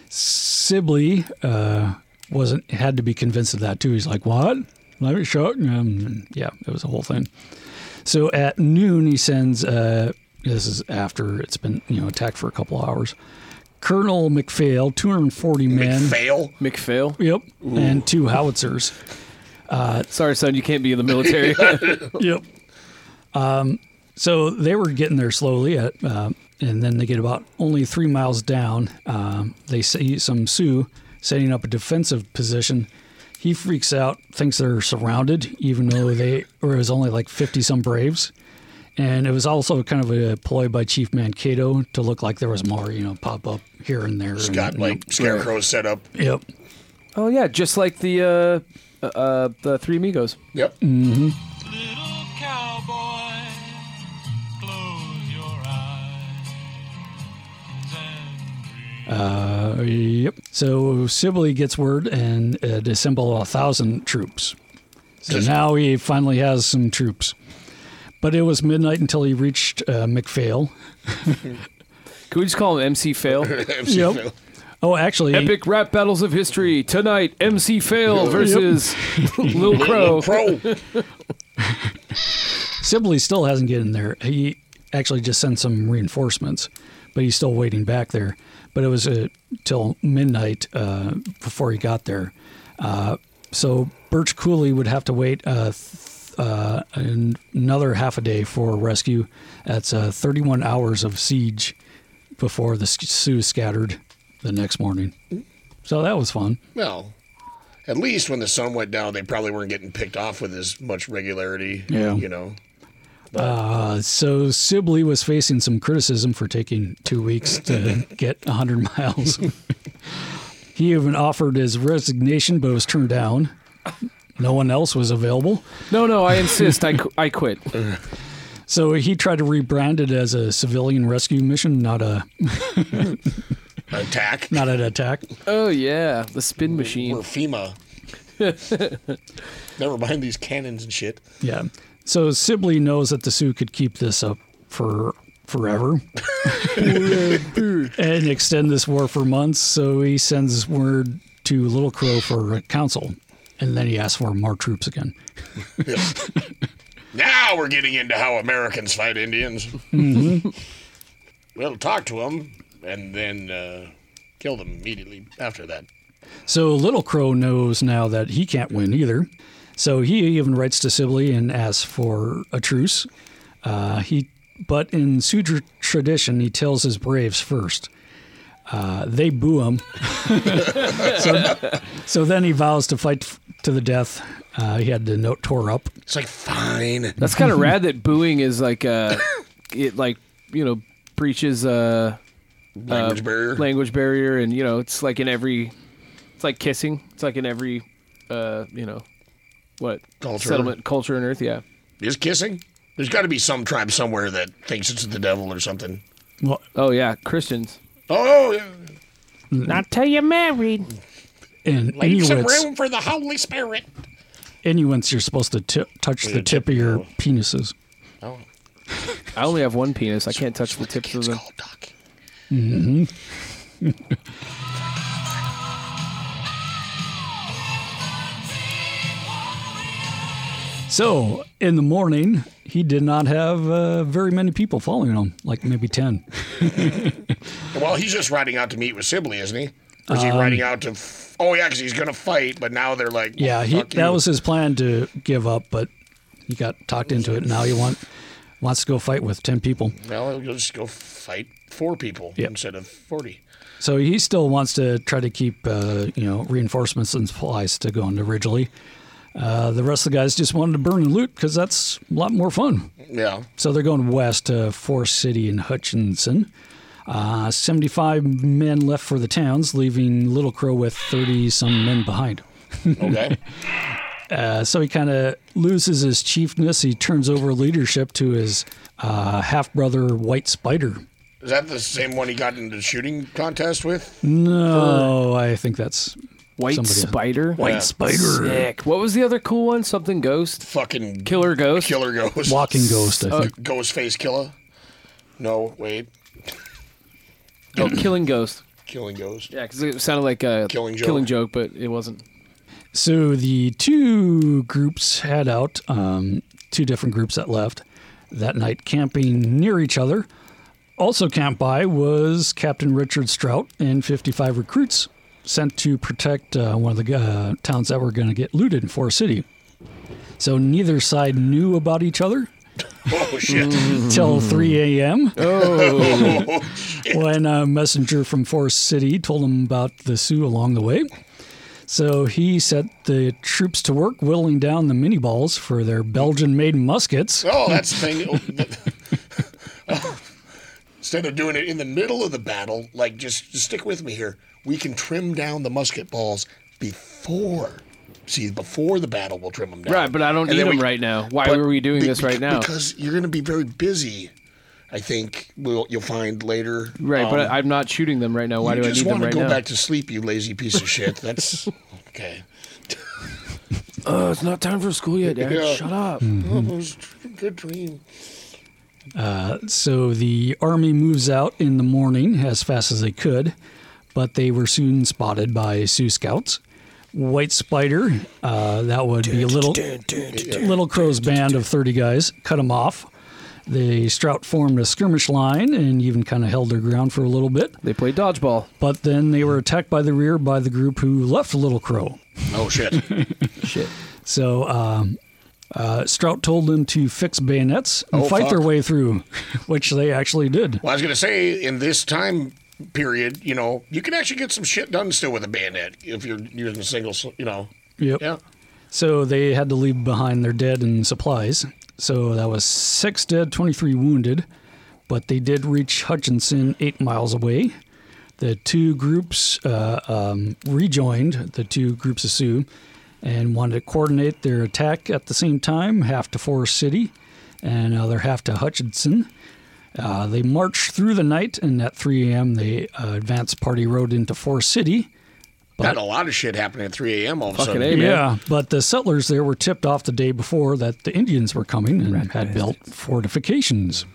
Sibley uh, wasn't had to be convinced of that too. He's like, "What? Let me show." it." Um, yeah, it was a whole thing. So at noon, he sends. Uh, this is after it's been you know attacked for a couple hours. Colonel McPhail, 240 men. McPhail? McPhail. Yep, and two howitzers. Sorry, son, you can't be in the <laughs> military. Yep. Um, so they were getting there slowly, at, uh, and then they get about only three miles down. Um, they see some Sioux setting up a defensive position. He freaks out, thinks they're surrounded, even though they or it was only like fifty some braves. And it was also kind of a ploy by Chief Mankato to look like there was more, you know, pop up here and there. and- Got like scarecrows set up. yep, oh yeah, just like the uh, uh, uh, the Three Amigos. Yep. Little cowboy, close your eyes and uh, yep. So Sibley gets word and uh, to assemble a thousand troops. So now he finally has some troops. But it was midnight until he reached uh, McPhail. Can we just call him MC <laughs> Fail? MC Yep. Phil. Oh, actually, Epic rap battles of history tonight. MC Fail <laughs> versus Lil <laughs> Crow. Pro. Sibley still hasn't gotten there. He actually just sent some reinforcements, but he's still waiting back there. But it was uh, till midnight uh, before he got there. Uh, so Birch Cooley would have to wait uh, th- uh, an- another half a day for rescue. That's uh, 31 hours of siege before the s- Sioux scattered the next morning. So that was fun. Well, at least when the sun went down, they probably weren't getting picked off with as much regularity. Yeah. You know, So Sibley was facing some criticism for taking two weeks to get 100 miles. he even offered his resignation, but was turned down. No one else was available. No, no, I insist. I, qu- I quit. So he tried to rebrand it as a civilian rescue mission, not a attack not an attack. Oh, yeah. The spin or machine. <laughs> FEMA. Never mind these cannons and shit. Yeah. So Sibley knows that the Sioux could keep this up for forever and extend this war for months. So he sends word to Little Crow for a council. And then he asks for more troops again. Now we're getting into how Americans fight Indians. Mm-hmm. <laughs> well, talk to them and then uh, kill them immediately after that. So Little Crow knows now that he can't win either. So he even writes to Sibley and asks for a truce. Uh, he, but in Sioux tr- tradition, he tells his braves first. Uh, they boo him. <laughs> so, so then he vows to fight f- to the death. Uh, he had the note tore up. It's like, fine. That's kind of rad that booing is like, <laughs> uh, it like, you know, breaches uh, Language barrier. language barrier and, you know, it's like in every, it's like kissing. It's like in every, uh, you know, what? Culture. Settlement, culture, and earth. Yeah. Is kissing? There's got to be some tribe somewhere that thinks it's the devil or something. Well, Oh, yeah. Christians. Oh, yeah. Mm-hmm. Not till you're married. and leave some Inuits, room for the Holy Spirit. Inuits, you're supposed to t- touch the tip of your penises. Oh, I only have one penis. I can't touch the tips of it's them. called duck. So in the morning, he did not have uh, very many people following him, like maybe 10. Well, he's just riding out to meet with Sibley, isn't he? Or is he Um, riding out to? F- oh yeah, because he's gonna fight. But now they're like, Yeah, he, fuck that you. was his plan to give up, but he got talked into it. Now he want, wants to go fight with 10 people. Well, you'll just go fight four people Yep. instead of forty. So he still wants to try to keep, uh, you know, reinforcements and supplies to going to Ridgely. Uh, the rest of the guys just wanted to burn and loot because that's a lot more fun. Yeah, So they're going west to Forest City and Hutchinson. Uh, 75 men left for the towns, leaving Little Crow with 30 some men behind. <laughs> okay. Uh, so he kind of loses his chiefness. He turns over leadership to his uh, half brother, White Spider. Is that the same one he got into the shooting contest with? No, I think that's White Somebody- spider. White Spider. Sick. What was the other cool one? Something ghost. Fucking Killer ghost. killer ghost. Walking Ghost, I think. Ghost face killer. No, wait, Oh, killing ghost. killing <laughs> ghost. Yeah, because it sounded like a Killing Joke. but it wasn't. So the two groups had out, um, two different groups that left that night, camping near each other. Also camped by was Captain Richard Strout and 55 recruits sent to protect uh, one of the uh, towns that were going to get looted in Forest City. So neither side knew about each other Oh shit. Mm. till 3 a.m. oh, <laughs> when a messenger from Forest City told him about the Sioux along the way. So he set the troops to work whittling down the mini balls for their Belgian made muskets. oh, that's the thing. Oh, that- <laughs> Instead of doing it in the middle of the battle, like just, just stick with me here. We can trim down the musket balls before. See, before the battle, we'll trim them down. Right, but I don't And need then them we- right now. Why but were we doing be- this right now? Because you're going to be very busy. I think we'll, you'll find later. Right, but Um, I'm not shooting them right now. Why you do I just need want them to right go now? back to sleep, you lazy piece of shit. <laughs> That's okay. it's not time for school yet, Dad. Yeah. Mm. Shut up. Oh, it was a good dream. So the army moves out in the morning as fast as they could, but they were soon spotted by Sioux scouts. White Spider, uh, that would be little Little Crow's band of 30 guys, cut them off. They Strout formed a skirmish line and even kind of held their ground for a little bit, They played dodgeball. but then they were attacked by the rear by the group who left Little Crow. Oh shit! Shit. So um, uh, Strout told them to fix bayonets and Oh, fight fuck. their way through, <laughs> which they actually did. Well, I was gonna say in this time period, you know, you can actually get some shit done still with a bayonet if you're using a single, s- you know. Yep. Yeah. So they had to leave behind their dead and supplies. So that was six dead, 23 wounded. But they did reach Hutchinson eight miles away. The two groups uh, um, rejoined, the two groups of Sioux, and wanted to coordinate their attack at the same time, half to Forest City and other half to Hutchinson. Uh, they marched through the night, and at 3 a.m., the uh, advance party rode into Forest City. Got a lot of shit happening at 3 a.m. all of a Fucking sudden. A, man. Yeah, but the settlers there were tipped off the day before that the Indians were coming and had built fortifications.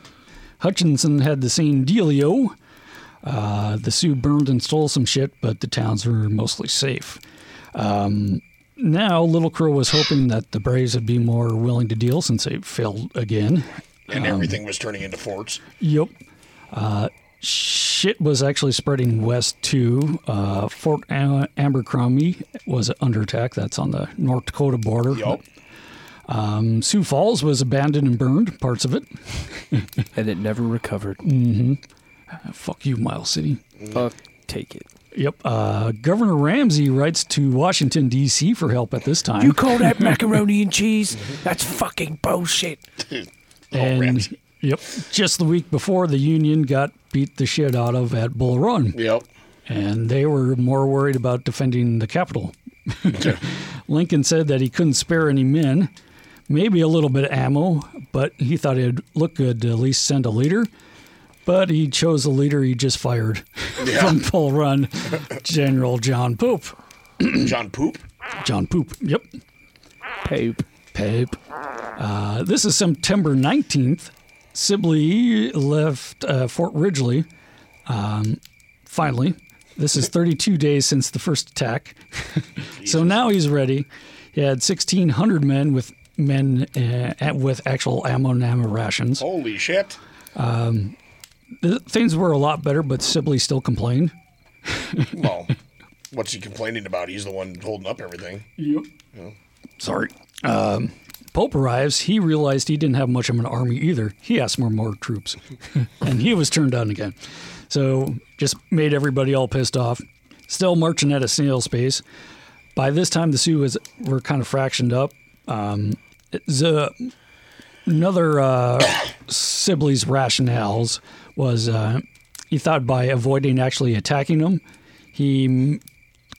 Hutchinson had the same dealio. Uh, the Sioux burned and stole some shit, but the towns were mostly safe. Um, now, Little Crow was hoping that the Braves would be more willing to deal since they failed again. and everything was turning into <laughs> forts. Yep. Uh, shit was actually spreading west too. Uh, Fort Am- Abercrombie was under attack. That's on the North Dakota border. Yup. Um, Sioux Falls was abandoned and burned, parts of it. And it never recovered. Mm. Fuck you, Miles City. Fuck. Take it. Yep. Uh, Governor Ramsey writes to Washington, D.C. for help at this time. call that macaroni and cheese? That's fucking bullshit. and Ramsey. yep, just the week before, the Union got beat the shit out of at Bull Run. Yep. and they were more worried about defending the capital. Lincoln said that he couldn't spare any men, maybe a little bit of ammo, but he thought it'd look good to at least send a leader. But he chose a leader he just fired <laughs> from Bull Run, General John Pope. <coughs> John Poop. John Poop, yep. Poop. Pope. Uh, this is September 19th. Sibley left uh, Fort Ridgely. Um, finally, this is 32 days since the first attack. <laughs> so now he's ready. He had 1,600 men with men uh, with actual ammo and ammo rations. Holy shit. Th- Things were a lot better, but Sibley still complained. Well, what's he complaining about? He's the one holding up everything. Sorry. Um, Pope arrives. He realized he didn't have much of an army either. He asked for more troops, and he was turned down again. So just made everybody all pissed off. Still marching at a snail's pace. By this time, the Sioux was, were kind of fractioned up. Um, the, another uh, <coughs> Sibley's rationales was uh, he thought by avoiding actually attacking them, he mm,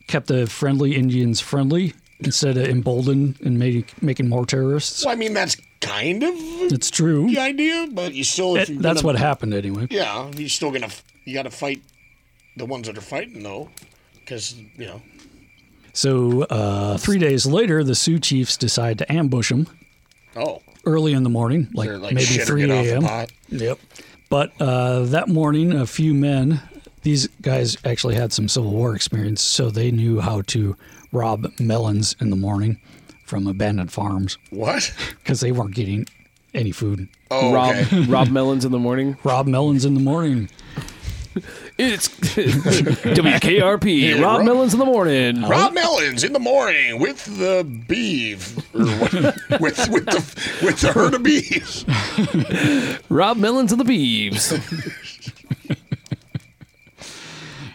kept the friendly Indians friendly instead of emboldened and made, making more terrorists. So, I mean, that's kind of It's true. the idea, but you still. if It- you're that's gonna- what happened anyway. Yeah, you're still going to. You got to fight the ones that are fighting, though. Because, you know. So uh, three days later, the Sioux chiefs decide to ambush them Oh. early in the morning, like, They're like, maybe shit, or 3 get off the a.m. pot. Yep. But uh, that morning, a few men, these guys actually had some Civil War experience, so they knew how to rob melons in the morning from abandoned farms What? because they weren't getting any food. Oh, <laughs> Rob okay. Rob Melons in the morning. Rob melons in the morning. It's <laughs> WKRP. Rob Rob- Melons in the morning. Rob Mellons in the morning with the beef, or <laughs> what, with with the with the herd of bees. Rob Melons and the Beeves.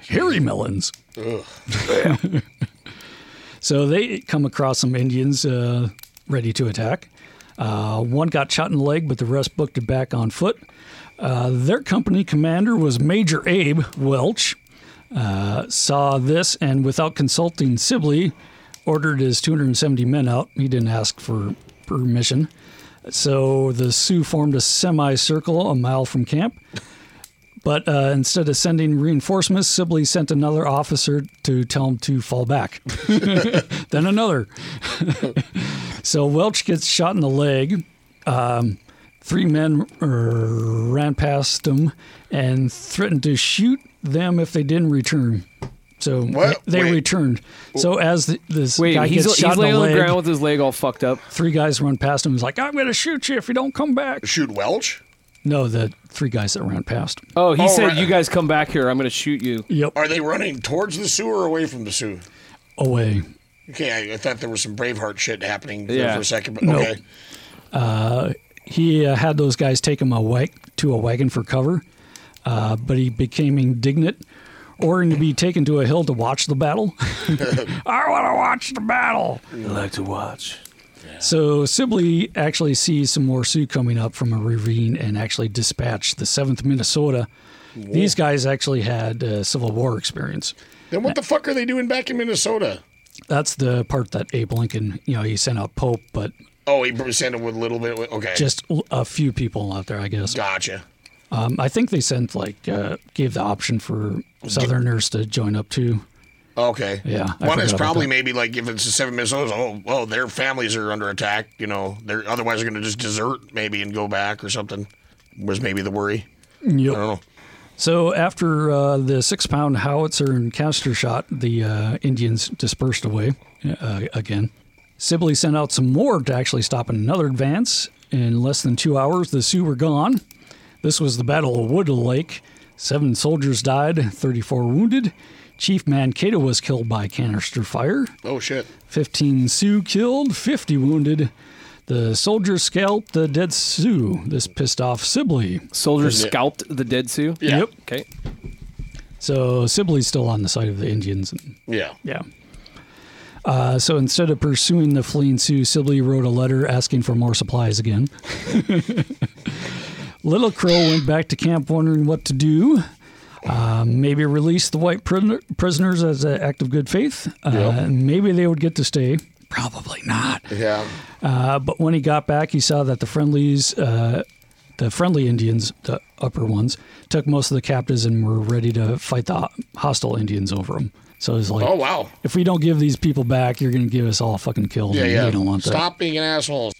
Harry melons. <laughs> so they come across some Indians uh, ready to attack. Uh, one got shot in the leg, but the rest booked it back on foot. Uh, their company commander was Major Abe Welch. Uh, saw this and, without consulting Sibley, ordered his 270 men out. He didn't ask for permission. So the Sioux formed a semicircle a mile from camp. But uh, instead of sending reinforcements, Sibley sent another officer to tell him to fall back. <laughs> then <laughs> another. so Welch gets shot in the leg. Um, Three men er, ran past them and threatened to shoot them if they didn't return. So What? they Wait. returned. So as the, this Wait, guy he's, gets he's shot laying in the on the leg, ground with his leg all fucked up. three guys run past him. He's like, "I'm going to shoot you if you don't come back." Shoot Welch? No, the three guys that ran past. Oh, he Oh, said, right. "You guys come back here. I'm going to shoot you." Yep, Are they running towards the sewer or away from the sewer? away. Okay, I, I thought there was some Braveheart shit happening there Yeah. for a second, but Nope. okay. He uh, had those guys take him a wag- to a wagon for cover, uh, but he became indignant, ordering to be taken to a hill to watch the battle. <laughs> I want to watch the battle. I like to watch. So Sibley actually sees some more Sioux coming up from a ravine and actually dispatched the 7th Minnesota. These guys actually had uh, Civil War experience. Then what the fuck are they doing back in Minnesota? That's the part that Abe Lincoln, you know, he sent out Pope, but Oh, he probably sent him with a little bit. Okay. just l- a few people out there, I guess. gotcha. Um, I think they sent like uh, gave the option for Southerners to join up too. Okay. Yeah, I One forgot is about probably that. maybe like if it's the seven Minnesota, oh, well, their families are under attack. You know, they're otherwise they're going to just desert maybe and go back or something. Was maybe the worry. I don't know. So after uh, the six-pound howitzer and canister shot, the uh, Indians dispersed away uh, again. Sibley sent out some more to actually stop another advance. In less than two hours, the Sioux were gone. This was the Battle of Wood Lake. Seven soldiers died, 34 wounded. Chief Mankato was killed by canister fire. Oh shit. 15 Sioux killed, 50 wounded. The soldiers scalped the dead Sioux. This pissed off Sibley. Soldiers scalped the dead Sioux. Yeah. Yep. Okay. So Sibley's still on the side of the Indians. Yeah. Yeah. Uh, so instead of pursuing the fleeing Sioux, Sibley wrote a letter asking for more supplies again. <laughs> Little Crow went back to camp wondering what to do. Uh, maybe release the white prisoner, prisoners as an act of good faith. Uh, and Maybe they would get to stay. Probably not. Yeah. Uh, but when he got back, he saw that the friendlies, uh, the friendly Indians, the upper ones, took most of the captives and were ready to fight the ho- hostile Indians over them. So he's like, Oh wow. if we don't give these people back, you're going to give us all fucking killed. Yeah, and yeah. We don't want Stop being an asshole.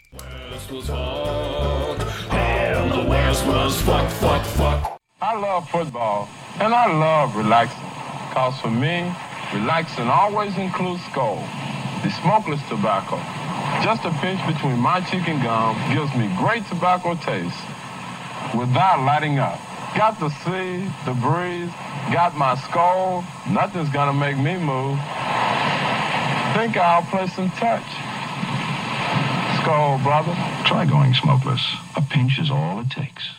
And the West was fuck, fuck, fuck. I love football and I love relaxing. Cause for me, relaxing always includes gold, the smokeless tobacco. Just a pinch between my cheek and gum gives me great tobacco taste without lighting up. Got the sea, the breeze, got my skull. Nothing's gonna make me move. Think I'll play some touch. Skull, brother. Try going smokeless. A pinch is all it takes.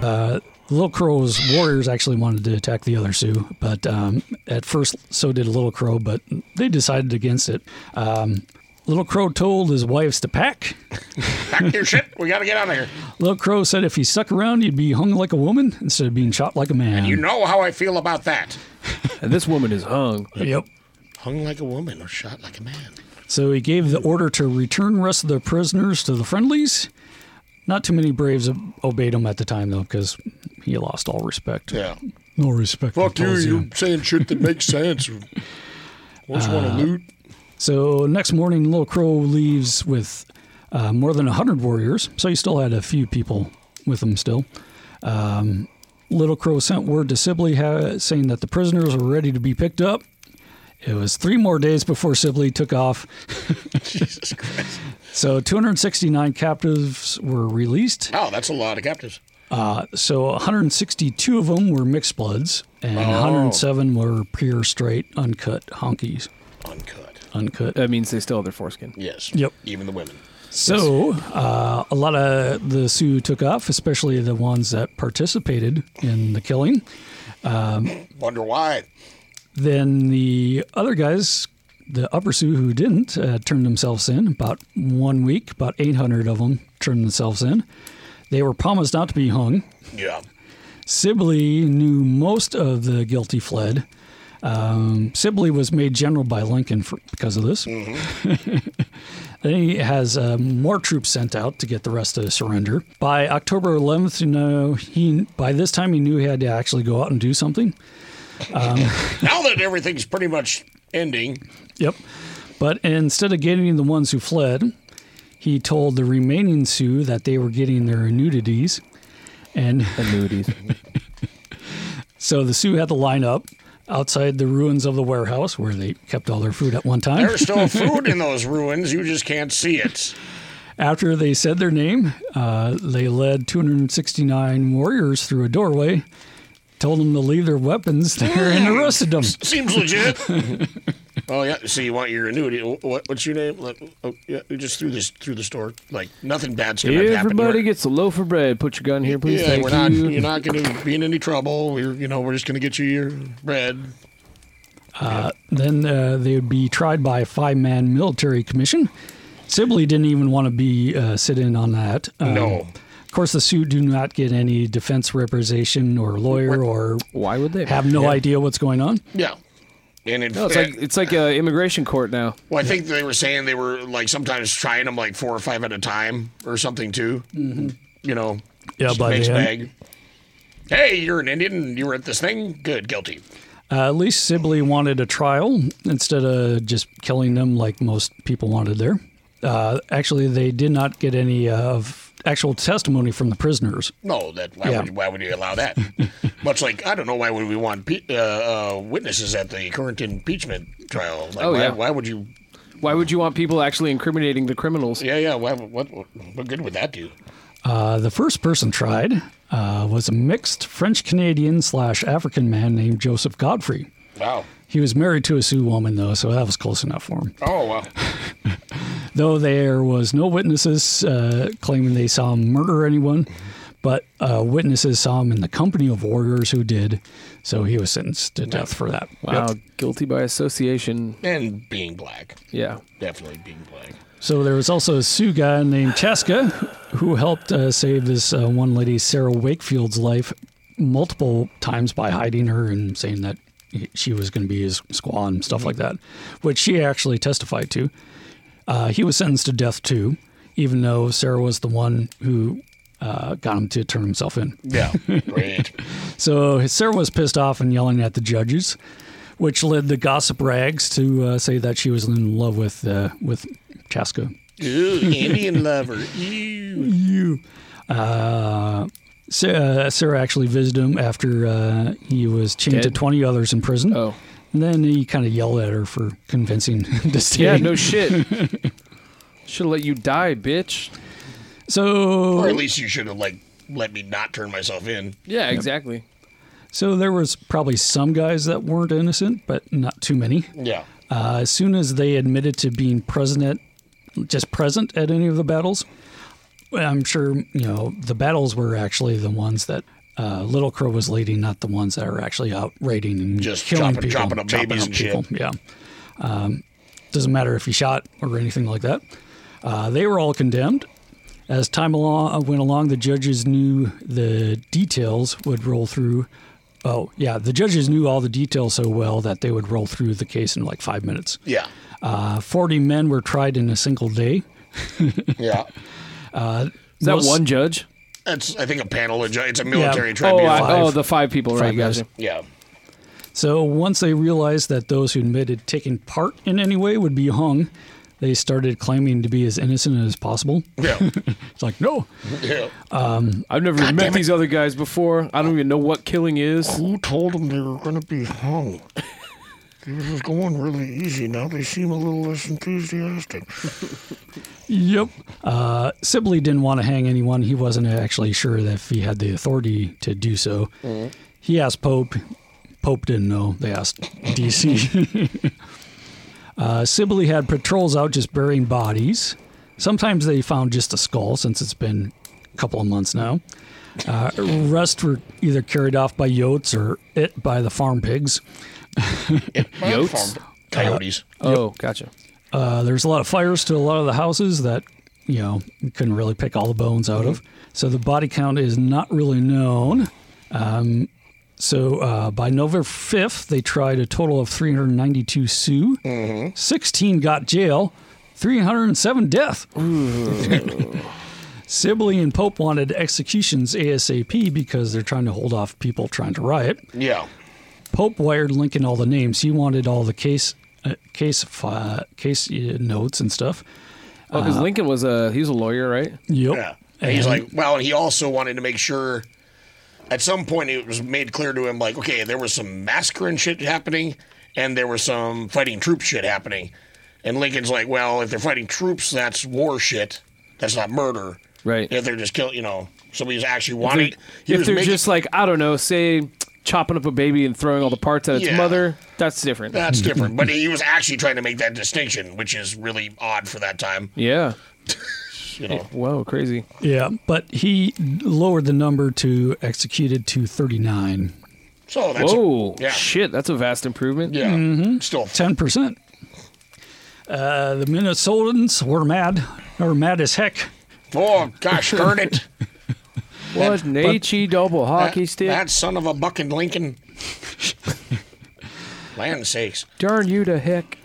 that. Little Crow's warriors actually wanted to attack the other Sioux, but um, at first, so did Little Crow, but they decided against it. Um, Little Crow told his wives to pack. Pack your shit. We got to get out of here. Little Crow said if he stuck around, he'd be hung like a woman instead of being shot like a man. You know how I feel about that. And this woman is hung. Yep. Hung like a woman or shot like a man. So he gave the order to return rest of the prisoners to the friendlies. Not too many braves obeyed him at the time, though, because he lost all respect. Yeah. No respect. Fuck you. Napoleon. You saying shit that makes sense. Just want to loot. So next morning, Little Crow leaves with uh, more than 100 warriors. So he still had a few people with him still. Um, Little Crow sent word to Sibley ha- saying that the prisoners were ready to be picked up. It was three more days before Sibley took off. <laughs> <laughs> Jesus Christ. So 269 captives were released. <laughs> Oh, that's a lot of captives. So 162 of them were mixed bloods, and Oh. 107 were pure, straight, uncut honkies. Uncut. Uncut. That means they still have their foreskin. Yes. Yep. Even the women. So, uh, a lot of the Sioux took off, especially the ones that participated in the killing. Wonder why. Then the other guys, the upper Sioux who didn't, uh, turned themselves in. About one week, about 800 of them turned themselves in. They were promised not to be hung. Yeah. Sibley knew most of the guilty fled. Um, Sibley was made general by Lincoln for, because of this. <laughs> then he has uh, more troops sent out to get the rest to surrender. By October 11th, you know, he by this time he knew he had to actually go out and do something. Now that everything's pretty much ending, Yep. But instead of getting the ones who fled, He told the remaining Sioux that they were getting their nudities, and <laughs> Annuities. so the Sioux had to line up outside the ruins of the warehouse where they kept all their food at one time. There's still food in those ruins. You just can't see it. After they said their name, uh, they led 269 warriors through a doorway, told them to leave their weapons there, and arrested them. Seems legit. oh yeah. So you want your annuity? What, what's your name? Let- Oh, yeah, you just through this through the store. Like nothing bad's gonna happen. Everybody We're- gets a loaf of bread. Put your gun here, please. yeah, Thank we're not. you. You're not gonna be in any trouble. We're you know we're just gonna get you your bread. Then uh, they would be tried by a five man military commission. Sibley didn't even want to be uh, sit in on that. Um, No. Of course, the Sioux do not get any defense representation or lawyer or Why would they? have no idea what's going on. Yeah. And in No, it's fact- like it's like a immigration court now. well, I think they were saying they were like sometimes trying them like four or five at a time or something too. You know, Mm-hmm. Yeah, just by the mixed end. bag. Hey, you're an Indian. You were at this thing. Good, guilty. Uh, at least Sibley wanted a trial instead of just killing them like most people wanted there. Uh, actually, they did not get any uh, of actual testimony from the prisoners. No, that why, Yeah. would, why would you allow <laughs> that? Much like I don't know why would we want pe- uh, uh, witnesses at the current impeachment trial? Like, Oh, why, yeah. why would you? Why would you want people actually incriminating the criminals? Yeah, yeah. Why, what, what what good would that do? Uh, the first person tried uh, was a mixed French Canadian slash African man named Joseph Godfrey. Wow. He was married to a Sioux woman, though, so that was close enough for him. Oh wow. Though there was no witnesses uh, claiming they saw him murder anyone, but uh, witnesses saw him in the company of warriors who did, so he was sentenced to death for that. Wow, Uh, guilty by association. And being black, Yeah. definitely being black. So there was also a Sioux guy named Chaska who helped uh, save this uh, one lady, Sarah Wakefield's life multiple times by hiding her and saying that he- she was going to be his squaw and stuff like that, which she actually testified to. Uh, he was sentenced to death too, even though Sarah was the one who uh, got him to turn himself in. Yeah. <laughs> Great. So Sarah was pissed off and yelling at the judges, which led the gossip rags to uh, say that she was in love with uh, with Chaska. Ew, Indian lover. Ew. you. Uh, Sa- uh, Sarah actually visited him after uh, he was chained to Dead? 20 others in prison. Oh. And then he kind of yelled at her for convincing <laughs> him to stay. Yeah, no shit. <laughs> Should have let you die, bitch. so, Or at least you should have like let me not turn myself in. Yeah, exactly. so there was probably some guys that weren't innocent, but not too many. Yeah. Uh, as soon as they admitted to being present, at, just present at any of the battles, I'm sure you know the battles were actually the ones that uh, Little Crow was leading, not the ones that are actually out raiding and Just killing chopping- people, chopping up babies and shit. people. Yeah, um, doesn't matter if you shot or anything like that. Uh, they were all condemned. As time along, uh, went along, the judges knew the details would roll through. Oh, yeah, the judges knew all the details so well that they would roll through the case in like five minutes. Yeah. Uh, 40 men were tried in a single day. Yeah. Is that Most- one judge? That's I think a panel. of ju- It's a military Oh, tribunal. I- Five. oh, the five people, right? Five guys. Gotcha. yeah. So once they realized that those who admitted taking part in any way would be hung, they started claiming to be as innocent as possible. <laughs> Yeah. It's like, no, yeah. I've never even met these other guys before. I don't even know what killing is. <laughs> Who told them they were going to be hung? This is going really easy now. They seem a little less enthusiastic. Yep. Uh, Sibley didn't want to hang anyone. He wasn't actually sure that if he had the authority to do so. He asked Pope. Pope didn't know. They asked DC. uh, Sibley had patrols out just burying bodies. Sometimes they found just a skull since it's been a couple of months now. Uh, rest were either carried off by yotes or it by the farm pigs. Yotes? Coyotes. Oh, gotcha. Uh, there's a lot of fires to a lot of the houses that you know you couldn't really pick all the bones out of so the body count is not really known um, so uh, by november 5th they tried a total of 392 sioux 16 got jail 307 death <laughs> sibley and pope wanted executions asap because they're trying to hold off people trying to riot Yeah. Pope wired Lincoln all the names. He wanted all the case uh, case fi- case uh, notes and stuff. Oh, because Lincoln was a he was a lawyer, right? Yep. Yeah. And he's And- like, well, and he also wanted to make sure at some point it was made clear to him, like, okay, there was some massacre and shit happening, and there was some fighting troop shit happening. And Lincoln's like, well, if they're fighting troops, that's war shit. That's not murder. Right. If they're just killing, you know, somebody's actually wanting. he if was they're making- just like I don't know, say chopping up a baby and throwing all the parts at its Yeah. mother, that's <laughs> different. that's different. But he was actually trying to make that distinction, which is really odd for that time. yeah. You know. Whoa, crazy. Yeah, but he lowered the number to executed to 39, So that's Whoa, Mm-hmm. yeah, shit, that's a vast improvement. yeah, still 10%. Uh, the Minnesotans were mad, or mad as heck. Oh gosh, darn it! What an H-E double hockey that, stick? that son of a buck and <laughs> Lincoln. Land sakes. Darn you to heck.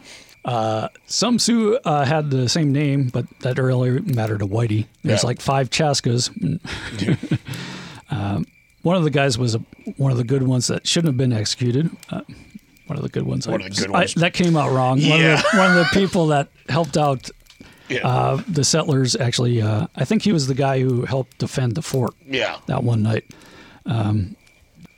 Some Sioux uh, had the same name, but that really mattered to Whitey. There's Yeah. like <laughs> five Chaskas. um, one of the guys was a, one of the good ones that shouldn't have been executed. Uh, one of the good ones. One I- of the good I- ones. that came out wrong. One, of the, Yeah. one of the <laughs> people that helped out Yeah. uh, the settlers actually, uh, I think he was the guy who helped defend the fort yeah. that one night. Um,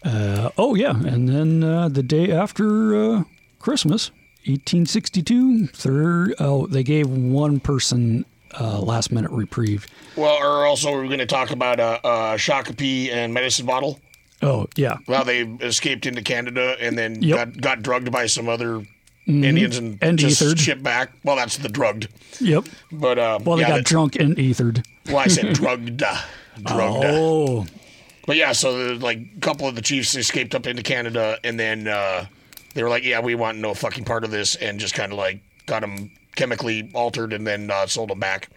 uh, oh yeah, and then uh, the day after uh, Christmas, 1862, third. Oh, they gave one person uh, last minute reprieve. Well, or also we're going to talk about uh, uh, Shakopee and Medicine Bottle. Oh yeah, Well, they escaped into Canada and then Yep. Mm-hmm. got, got drugged by some other Indians and, And just ethered. shipped back. Well, that's the drugged. yep. But uh, Well, they yeah, got that- drunk and ethered. well, I <laughs> said drugged, uh, drugged. uh. Oh, But yeah, so like a couple of the chiefs escaped up into Canada, and then uh, they were like, "Yeah, we want no fucking part of this," and just kind of like got them chemically altered and then uh, sold them back.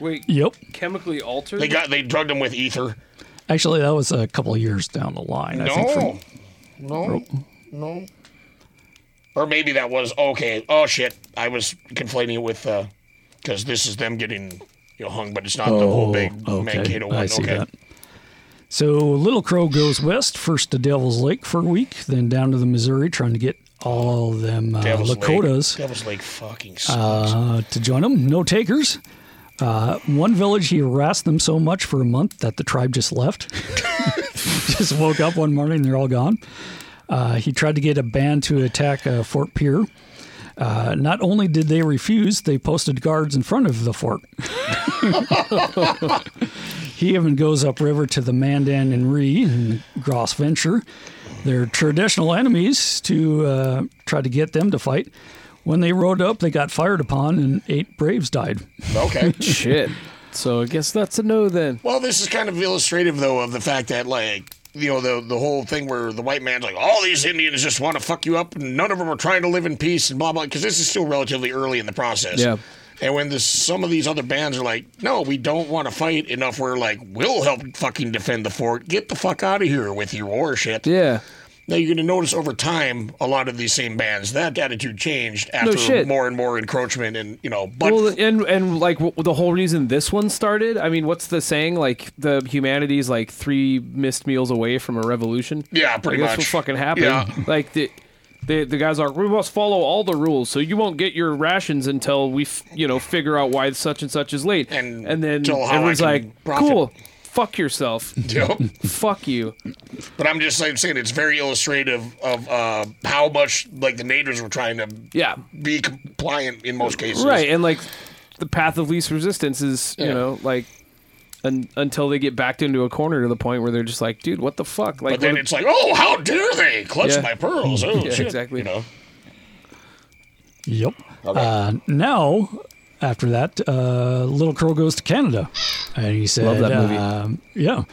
Wait, yep. chemically altered? They got they drugged them with ether. Actually, that was a couple of years down the line. I think from, No, no, no. Or maybe that was okay. Oh shit, I was conflating it with because this is them getting you know, hung, but it's not the whole big Mankato one. Oh, I see okay, that. So Little Crow goes west, first to Devil's Lake for a week, then down to the Missouri, trying to get all them uh, Devil's Lakotas Lake. Devil's Lake fucking sucks. uh, to join him. No takers. Uh, one village, he harassed them so much for a month that the tribe just left. <laughs> just woke up one morning, they're all gone. Uh, he tried to get a band to attack uh, Fort Pierre. Uh, not only did they refuse, they posted guards in front of the fort. <laughs> he even goes upriver to the Mandan and Ree and Gross Venture, their traditional enemies, to uh, try to get them to fight. When they rode up, they got fired upon, and eight braves died. okay. <laughs> Shit. So I guess that's a no then. Well, this is kind of illustrative, though, of the fact that, like, you know, the the whole thing where the white man's like, all these Indians just want to fuck you up, and none of them are trying to live in peace, and blah blah. Because this is still relatively early in the process. Yeah. And when this, some of these other bands are like, no, we don't want to fight enough. We're like, we'll help fucking defend the fort. Get the fuck out of here with your war shit. Yeah. Now you're going to notice over time, a lot of these same bands that attitude changed after shit. more and more encroachment, and you know, but well, and and like w- the whole reason this one started. I mean, what's the saying? Like the humanity's like three missed meals away from a revolution. Yeah, pretty like, much. That's what fucking happened. Yeah. Like the. The, the guys are we must follow all the rules so you won't get your rations until we f- you know figure out why such and such is late And then till how I everyone's can like profit. cool fuck yourself <laughs> <laughs> Yep. fuck you But I'm just like saying it's very illustrative of uh, how much like the natives were trying to yeah be compliant in most cases. right and like the path of least resistance is you Yeah. know like un- until they get backed into a corner to the point where they're just like dude what the fuck like But then what- it's like, oh, how dare they clutch Yeah. my pearls? Oh, <laughs> Yeah, shit. exactly. You know, Yep. Uh, now, after that, uh, Little Crow goes to Canada, and he said, Love that movie. um, "Yeah,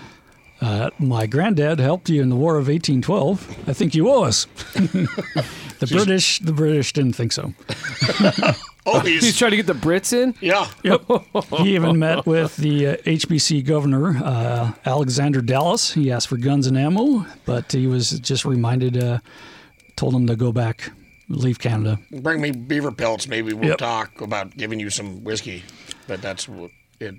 uh, my granddad helped you in the War of 1812. I think you owe us." <laughs> the British, the British didn't think so. oh, <laughs> he's he's trying to get the brits in yeah, Yep. he <laughs> even met with the uh, HBC governor, uh, Alexander Dallas. He asked for guns and ammo, but he was just reminded, uh, told him to go back, leave Canada. bring me beaver pelts. Maybe we'll Yep. talk about giving you some whiskey. But that's what it.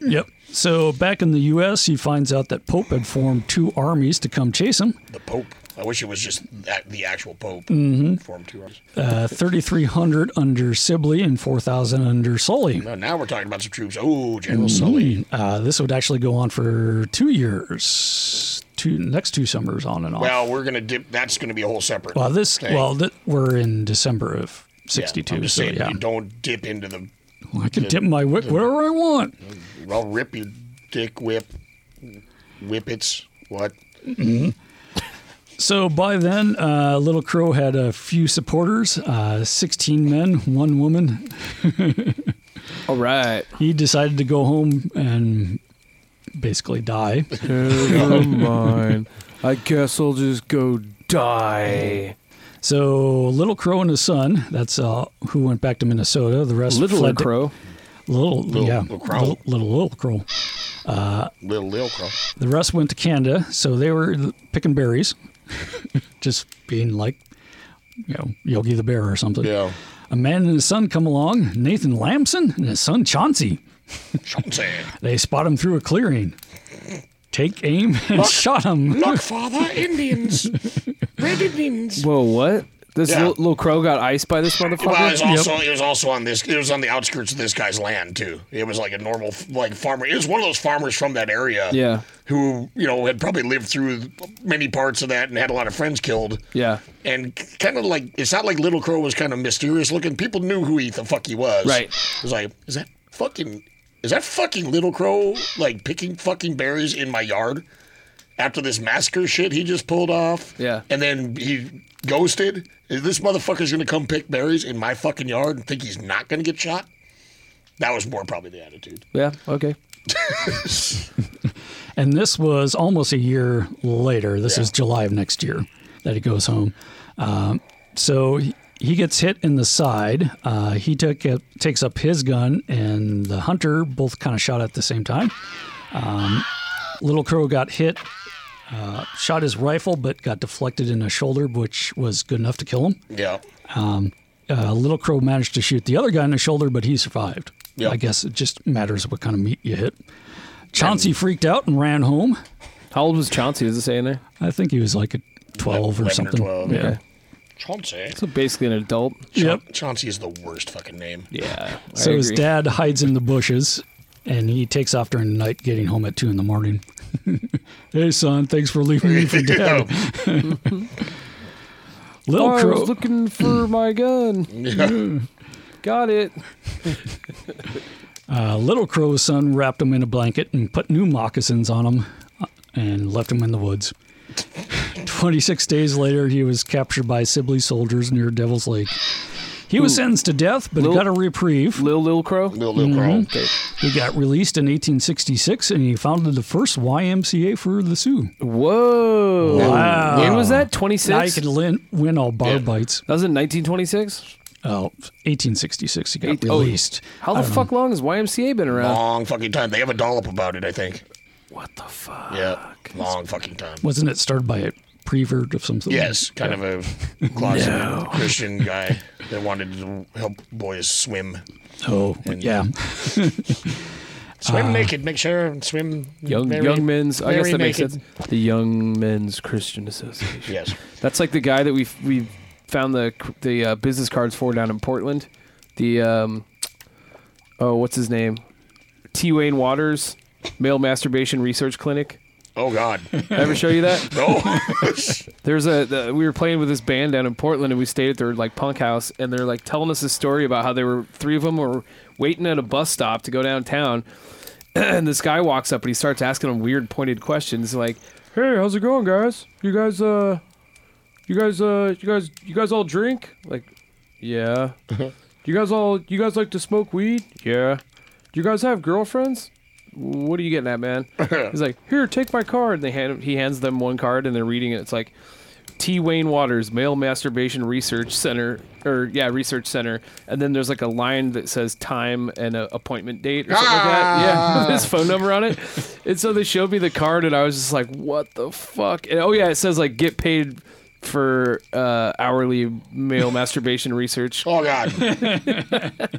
Yep. So back in the U.S., he finds out that Pope had formed two armies to come chase him. The Pope. I wish it was just that, the actual Pope Mm-hmm. form two hours. Uh, 3,300 under Sibley and 4,000 under Sully. Oh, Now, now we're talking about some troops. Oh, General Mm-hmm. Sully. Uh, this would actually go on for two years, two next two summers on and off. Well, we're gonna dip. That's gonna be a whole separate. Well, this thing. well th- we're in December of Yeah, '62, I'm just so saying, yeah, you don't dip into the. I can dip my wick wherever I want. I'll rip your dick whip, whippets. What? So by then, uh, Little Crow had a few supporters, uh, 16 men, one woman. All right. He decided to go home and basically die. Never mind. I guess I'll just go die. So Little Crow and his son, that's uh, who went back to Minnesota. The rest Little fled to- Crow. little, yeah, Little Crow. Little, little, little Crow. Little Lil Crow. The rest went to Canada, so they were picking berries, <laughs> just being like, you know, Yogi the Bear or something. Yeah. A man and his son come along, Nathan Lamson and his son Chauncey. Chauncey. They spot him through a clearing, take aim, and shot him. Look, Father, Indians. Red Indians. Whoa, what? This Yeah. little, little crow got iced by this motherfucker. Well, it was also it was also on this. It was on the outskirts of this guy's land too. It was like a normal like farmer. It was one of those farmers from that area. Yeah. Who you know had probably lived through many parts of that and had a lot of friends killed. yeah. And kind of like it's not like Little Crow was kind of mysterious looking. People knew who he the fuck he was. Right. It was like is that fucking is that fucking Little Crow like picking fucking berries in my yard after this massacre shit he just pulled off? Yeah. And then he ghosted. Is this motherfucker's gonna come pick berries in my fucking yard and think he's not gonna get shot? That was more probably the attitude. Yeah. Okay. And this was almost a year later. This is July of next year that he goes home. Um, so he- he gets hit in the side. Uh, he took a, takes up his gun and the hunter, both kind of shot at the same time. Um, Little Crow got hit, uh, shot his rifle, but got deflected in the shoulder, which was good enough to kill him. Yeah. Uh, Little Crow managed to shoot the other guy in the shoulder, but he survived. Yeah. I guess it just matters what kind of meat you hit. Chauncey freaked out and ran home. How old was Chauncey? Does it say in there? I think he was like a 12 or 11 something. 12, yeah. Chauncey. So basically an adult. Yep. Chauncey is the worst fucking name. Yeah. So I his agree. dad hides in the bushes and he takes off during the night, getting home at 2 in the morning. <laughs> hey, son, thanks for leaving <laughs> me for dead. Little Oh, I Crow. was looking for my gun. <laughs> Yeah. Got it. Uh, Little Crow's son wrapped him in a blanket and put new moccasins on him uh, and left him in the woods. <laughs> 26 days later, he was captured by Sibley soldiers near Devil's Lake. He was sentenced to death, but Lil- he got a reprieve. Lil Lil Crow. Little Lil Crow. He got released in 1866 and he founded the first YMCA for the Sioux. Whoa. Wow. When was that? Twenty Now you six. could lin- win all bar bites. That was in nineteen twenty six. Oh, 1866, he got Eight- oh. released. How the fuck long has YMCA been around? Um, Long fucking time. They have a dollop about it, I think. What the fuck? Yeah. Long fucking time. Wasn't it started by a prevert of something? Yes, kind of <laughs> a closet Christian guy that wanted to help boys swim. Oh, yeah. Swim Ah. naked, make sure and swim. Young very- Young Men's. I guess very that makes naked. sense. The Young Men's Christian Association. Yes. That's like the guy that we we found the the uh, business cards for down in Portland. The um, oh, what's his name? T. Wayne Waters, male masturbation research clinic. Oh <laughs> God. Oh, Did I ever show you that? No. There's a the, we were playing with this band down in Portland, and we stayed at their like punk house, and they're like telling us a story about how they were three of them were waiting at a bus stop to go downtown, <clears throat> and this guy walks up and he starts asking them weird pointed questions like, "Hey, how's it going, guys? You guys, uh, you guys, uh, you guys, you guys all drink? Like, yeah. you guys all, you guys like to smoke weed? Yeah. Do you guys have girlfriends? What are you getting at, man? He's like, here, take my card. And they hand he hands them one card, and they're reading it. It's like, T. Wayne Waters, Male Masturbation Research Center, or yeah, Research Center. And then there's like a line that says time and a appointment date or something like that. Yeah, <laughs> with his phone number on it. And so they showed me the card, and I was just like, what the fuck? And oh yeah, it says like get paid for uh, hourly male masturbation research. Oh God.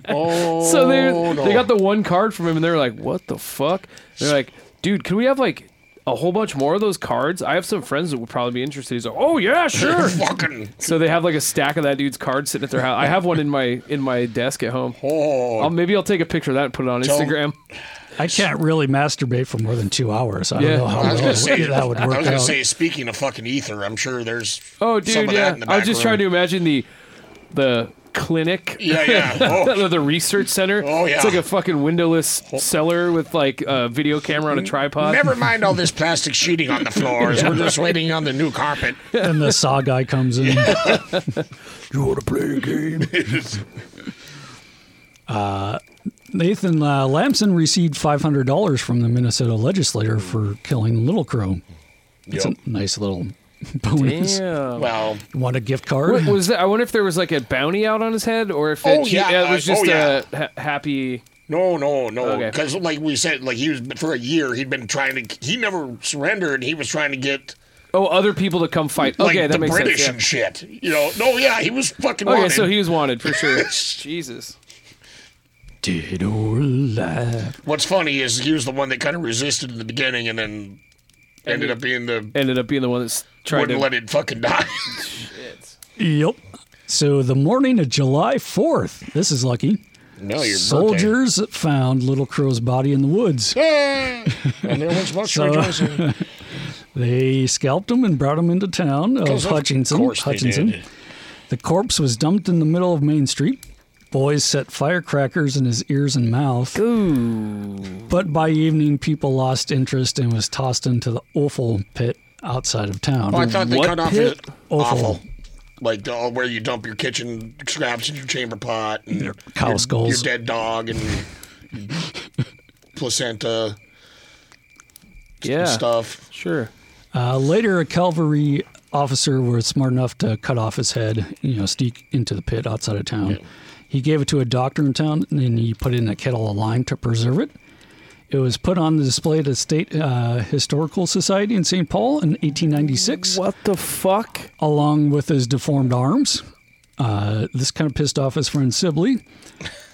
Oh. So they no. they got the one card from him, and they're like, "What the fuck?" They're like, "Dude, can we have like a whole bunch more of those cards. I have some friends that would probably be interested. He's like, oh <laughs> yeah, sure. Fucking. so they have like a stack of that dude's cards sitting at their house. I have one in my in my desk at home. Oh, I'll, maybe I'll take a picture of that and put it on Tell- Instagram. <laughs> I can't really masturbate for more than two hours. I Yeah. don't know how I was well gonna say that would I was work gonna out. say, speaking of fucking ether, I'm sure there's Oh, some dude, of yeah. that in the I back was just room. trying to imagine the the clinic. Yeah, <laughs> yeah. Oh. the research center. Oh, yeah. It's like a fucking windowless cellar with like a video camera on a tripod. Never mind all this plastic sheeting <laughs> on the floors. We're just waiting on the new carpet. And the saw guy comes in. <laughs> You want to play a game? Uh, Nathan uh, Lamson received $500 from the Minnesota legislator for killing Little Crow. It's Yep. a nice little <laughs> bonus. Damn. Well, Want a gift card? What was that? I wonder if there was like a bounty out on his head, or if it, Oh, yeah, yeah, it was uh, just oh, yeah. a ha- happy. no, no, no. Okay. Because, like we said, like he was for a year. He'd been trying to. He never surrendered. He was trying to get Oh, other people to come fight. like Okay, that the makes British sense. yeah. and shit. You know? No, yeah, he was fucking. Okay, wanted. so <laughs> he was wanted for sure. Jesus. Dead or alive. What's funny is he was the one that kind of resisted in the beginning, and then ended up being the Ended up being the one that's tried wouldn't to. let it fucking die. <laughs> Yep. So the morning of July 4th, this is lucky, Oh, no, you're soldiers found Little Crow's body in the woods. and there was much So- rejoicing. <laughs> They scalped him and brought him into town of Because of Hutchinson. course they Hutchinson. did. The corpse was dumped in the middle of Main Street. Boys set firecrackers in his ears and mouth. But by evening, people lost interest and was tossed into the offal pit outside of town. Oh, I thought they What cut off his pit? Offal. awful. Like the, where you dump your kitchen scraps in your chamber pot and your cow skulls. your dead dog and <laughs> placenta yeah. stuff. Sure. Uh, later, a cavalry officer was smart enough to cut off his head, you know, sneak into the pit outside of town. He gave it to a doctor in town, and then he put it in a kettle of lime to preserve it. It was put on the display at the State uh, Historical Society in St. Paul in 1896, What the fuck? along with his deformed arms. Uh, this kind of pissed off his friend Sibley.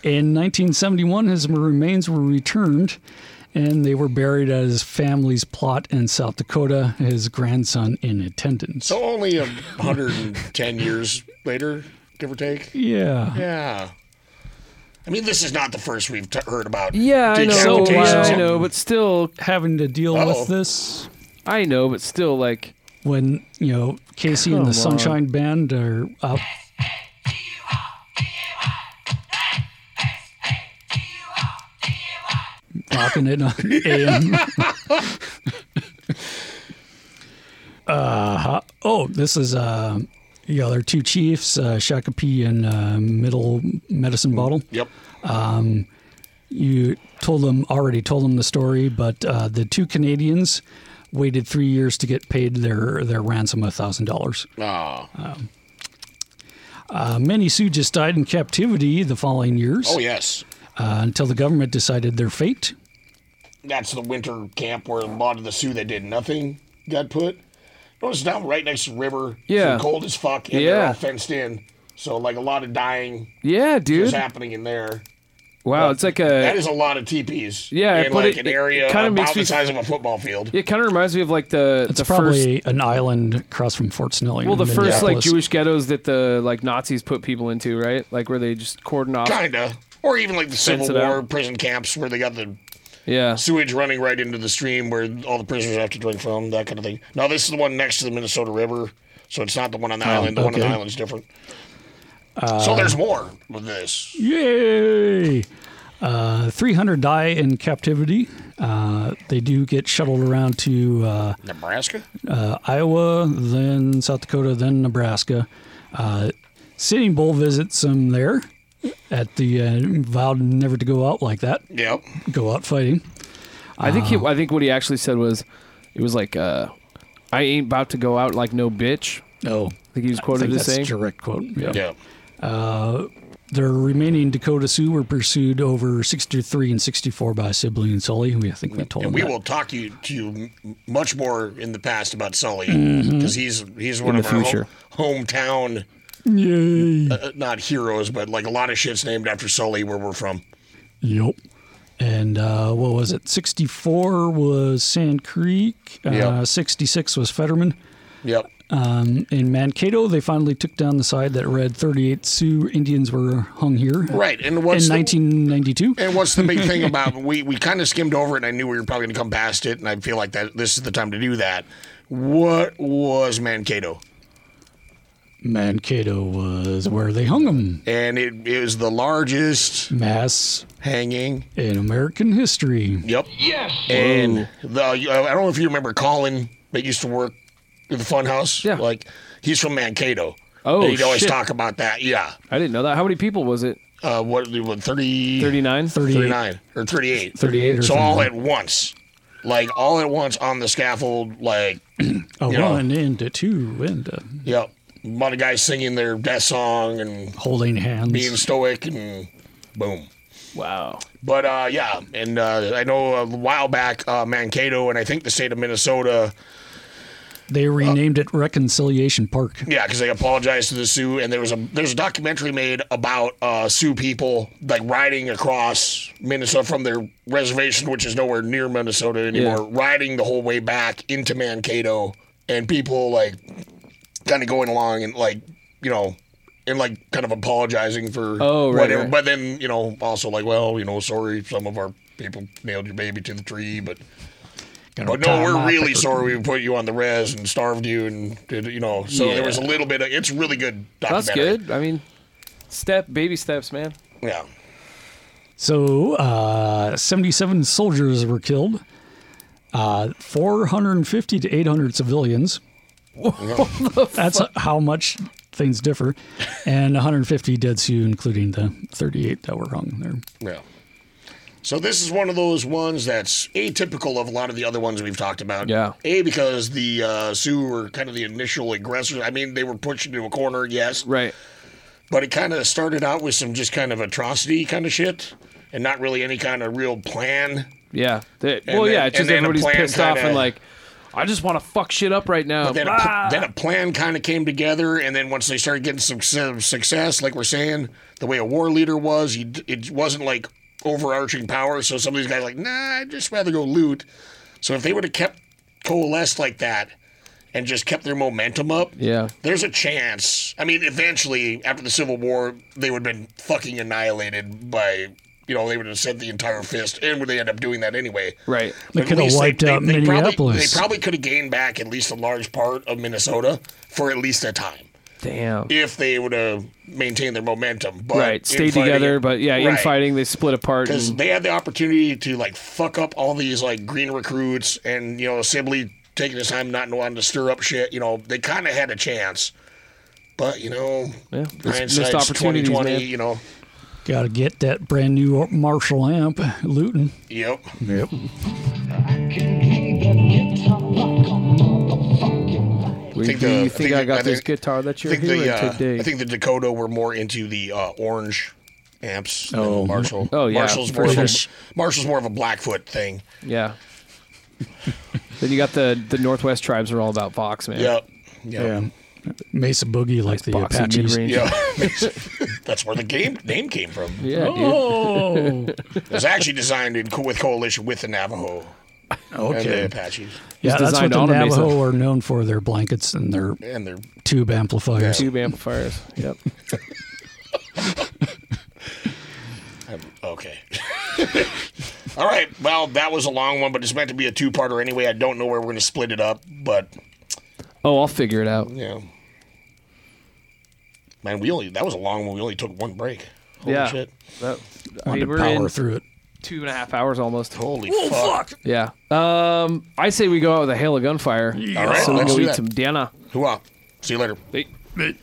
In 1971, his remains were returned and they were buried at his family's plot in South Dakota, his grandson in attendance. So only a hundred and ten years later, give or take. Yeah. Yeah. I mean, this is not the first we've t- heard about. Yeah, I know. decapitations yeah, I and- know, but still, Having to deal Uh-oh. with this I know, but still, like, when, you know, Casey and the Come on. Sunshine Band are up. Rocking it on <laughs> AM. uh, oh, this is, uh, yeah, there are two chiefs, uh, Shakopee and uh, Middle Medicine Hmm. Bottle. Yep. You told them already told them the story, but uh, the two Canadians waited three years to get paid their their ransom of thousand dollars. Oh. Many Sioux just died in captivity the following years oh yes. uh, until the government decided their fate. That's the winter camp where a lot of the Sioux that did nothing got put. Notice down right next to the river. Yeah. It's cold as fuck, and they're Yeah. all fenced in. So like a lot of dying yeah, is dude. happening in there. Wow, it's like That a. is a lot of teepees. Yeah, in but like it- an it- area it kinda about makes the me- size of a football field. It kind of reminds me of like the It's the first. probably an island across from Fort Snelling. Well, the in first like Minneapolis. Jewish ghettos that the like Nazis put people into, right? Like where they just cordon off. Kinda. Or even like the Civil Fence it War out. prison camps where they got the Yeah. sewage running right into the stream where all the prisoners have to drink from, that kind of thing. Now this is the one next to the Minnesota River, so it's not the one on Oh, the island. The one on the okay. island's different. Uh, so there's more with this. Yay! Uh, 300 die in captivity. Uh, they do get shuttled around to uh, Nebraska? uh, Iowa, then South Dakota, then Nebraska. Uh, Sitting Bull visits them there at the uh, vowed never to go out like that, Yep. go out fighting. I think he, I think what he actually said was, it was like, uh, "I ain't about to go out like no bitch." No. Oh, I think he was I quoted think as that's saying. a direct quote. Yeah. Yeah. Their remaining Dakota Sioux were pursued over 63 and 64 by Sibley and Sully. We, I think we told them And we that. will talk you to you m- much more in the past about Sully because he's he's one Mm-hmm. In of the our ho- hometown future. Yay! uh, not heroes, but like a lot of shit's named after Sully where we're from. Yep. And uh, what was it? 64 was Sand Creek. Uh, Yeah. 66 was Fetterman. Yep. Um, in Mankato, they finally took down the side that read 38 Sioux Indians were hung here. Right, and what's in the- 1992. And what's the big thing about we we kind of skimmed over it? and I knew we were probably going to come past it, and I feel like that this is the time to do that. What was Mankato? Mankato was where they hung them. And it is the largest Mass hanging. in American history. Yep. Yes. And the I don't know if you remember Colin that used to work at the Funhouse. Yeah. Like he's from Mankato. Oh, And he'd always shit. talk about that. Yeah. I didn't know that. How many people was it? Uh, what, what 30, 39? 39 or 38. 38 or So all at something. once. Like all at once on the scaffold, like A Yeah. one and a two and a Yep. A lot of guys singing their death song and holding hands. being stoic and boom. Wow. But uh, yeah, and uh, I know a while back, uh, Mankato and I think the state of Minnesota, uh, They renamed it Reconciliation Park. yeah, because they apologized to the Sioux, and there was a there's a documentary made about uh, Sioux people like riding across Minnesota from their reservation, which is nowhere near Minnesota anymore, riding the whole way back into Mankato, and people like kind of going along and like you know. And like kind of apologizing for Oh, right, whatever, right. but then you know also like well you know sorry some of our people nailed your baby to the tree, but Gotta but tie no, we're my really paper. sorry we put you on the res and starved you and did you know. So there was a little bit of it's really good That's documentary. good. I mean, step, baby steps, man. Yeah. So, uh, 77 soldiers were killed, uh, 450 to <laughs> 800 civilians. That's how much things differ. And 150 dead Sioux, including the 38 that were hung there. Yeah. So this is one of those ones that's atypical of a lot of the other ones we've talked about. Yeah. A because the uh, Sioux were kind of the initial aggressors. I mean, they were pushed into a corner, yes, Right. but it kind of started out with some just kind of atrocity kind of shit, and not really any kind of real plan. Yeah. They- And well, then- yeah. It's and just then a everybody's plan pissed off kinda- and like, I just want to fuck shit up right now. But then, Ah! a, then a plan kind of came together, and then once they started getting some su- success, like we're saying, the way a war leader was, he, d- it wasn't like overarching power. So some of these guys like, nah, I'd just rather go loot. So if they would have kept coalesced like that and just kept their momentum up, yeah. there's a chance. I mean, eventually after the Civil War, they would have been fucking annihilated by. You know, they would have sent the entire fist, and would they end up doing that anyway? Right. They At could have least wiped out Probably, Minneapolis. they probably could have gained back at least a large part of Minnesota for at least a time Damn. if they would have maintained their momentum. But right. Stay infighting- together, but yeah, Right. infighting, they split apart. Because And, they had the opportunity to like fuck up all these like green recruits and you know Sibley taking his time not wanting to stir up shit. You know they kind of had a chance, but you know yeah. Missed, missed hindsight's twenty opportunities, twenty. man. You know, Got to get that brand new Marshall amp, Luton. yep. Yep. Where think do the- you I think, think I the- got I this think- guitar that I you're think hearing the uh, today? I think the Dakota were more into the uh, orange amps than Oh. the Marshall. Oh, yeah, Marshall's for more, of a, sure. Marshall's more of a Blackfoot thing. <laughs> yeah. then you got the the Northwest tribes are all about Vox, man. Yep. Yep. Yeah. Mesa Boogie, like the Vox and Apaches. mid-range. Yeah. <laughs> <laughs> That's where the game name came from. Yeah, dude. Oh, It was actually designed in co- with coalition with the Navajo and the okay. Apaches Yeah, that's what designed the on a mesa. Navajo are known for their blankets and their and their tube amplifiers. Tube amplifiers. Yep. Okay. <laughs> All right. Well, that was a long one, but it's meant to be a two-parter anyway. I don't know where we're going to split it up, but <laughs> Oh, I'll figure it out. you know, man, we only that was a long one. We only took one break. Holy yeah. shit. That- I mean, Wanted to we're in power through it. two and a half hours almost. Holy fuck. Yeah. Um, I say we go out with a hail of gunfire. All right, so we let's go do eat that. some dinner. Hoo-ah. See you later. Hey.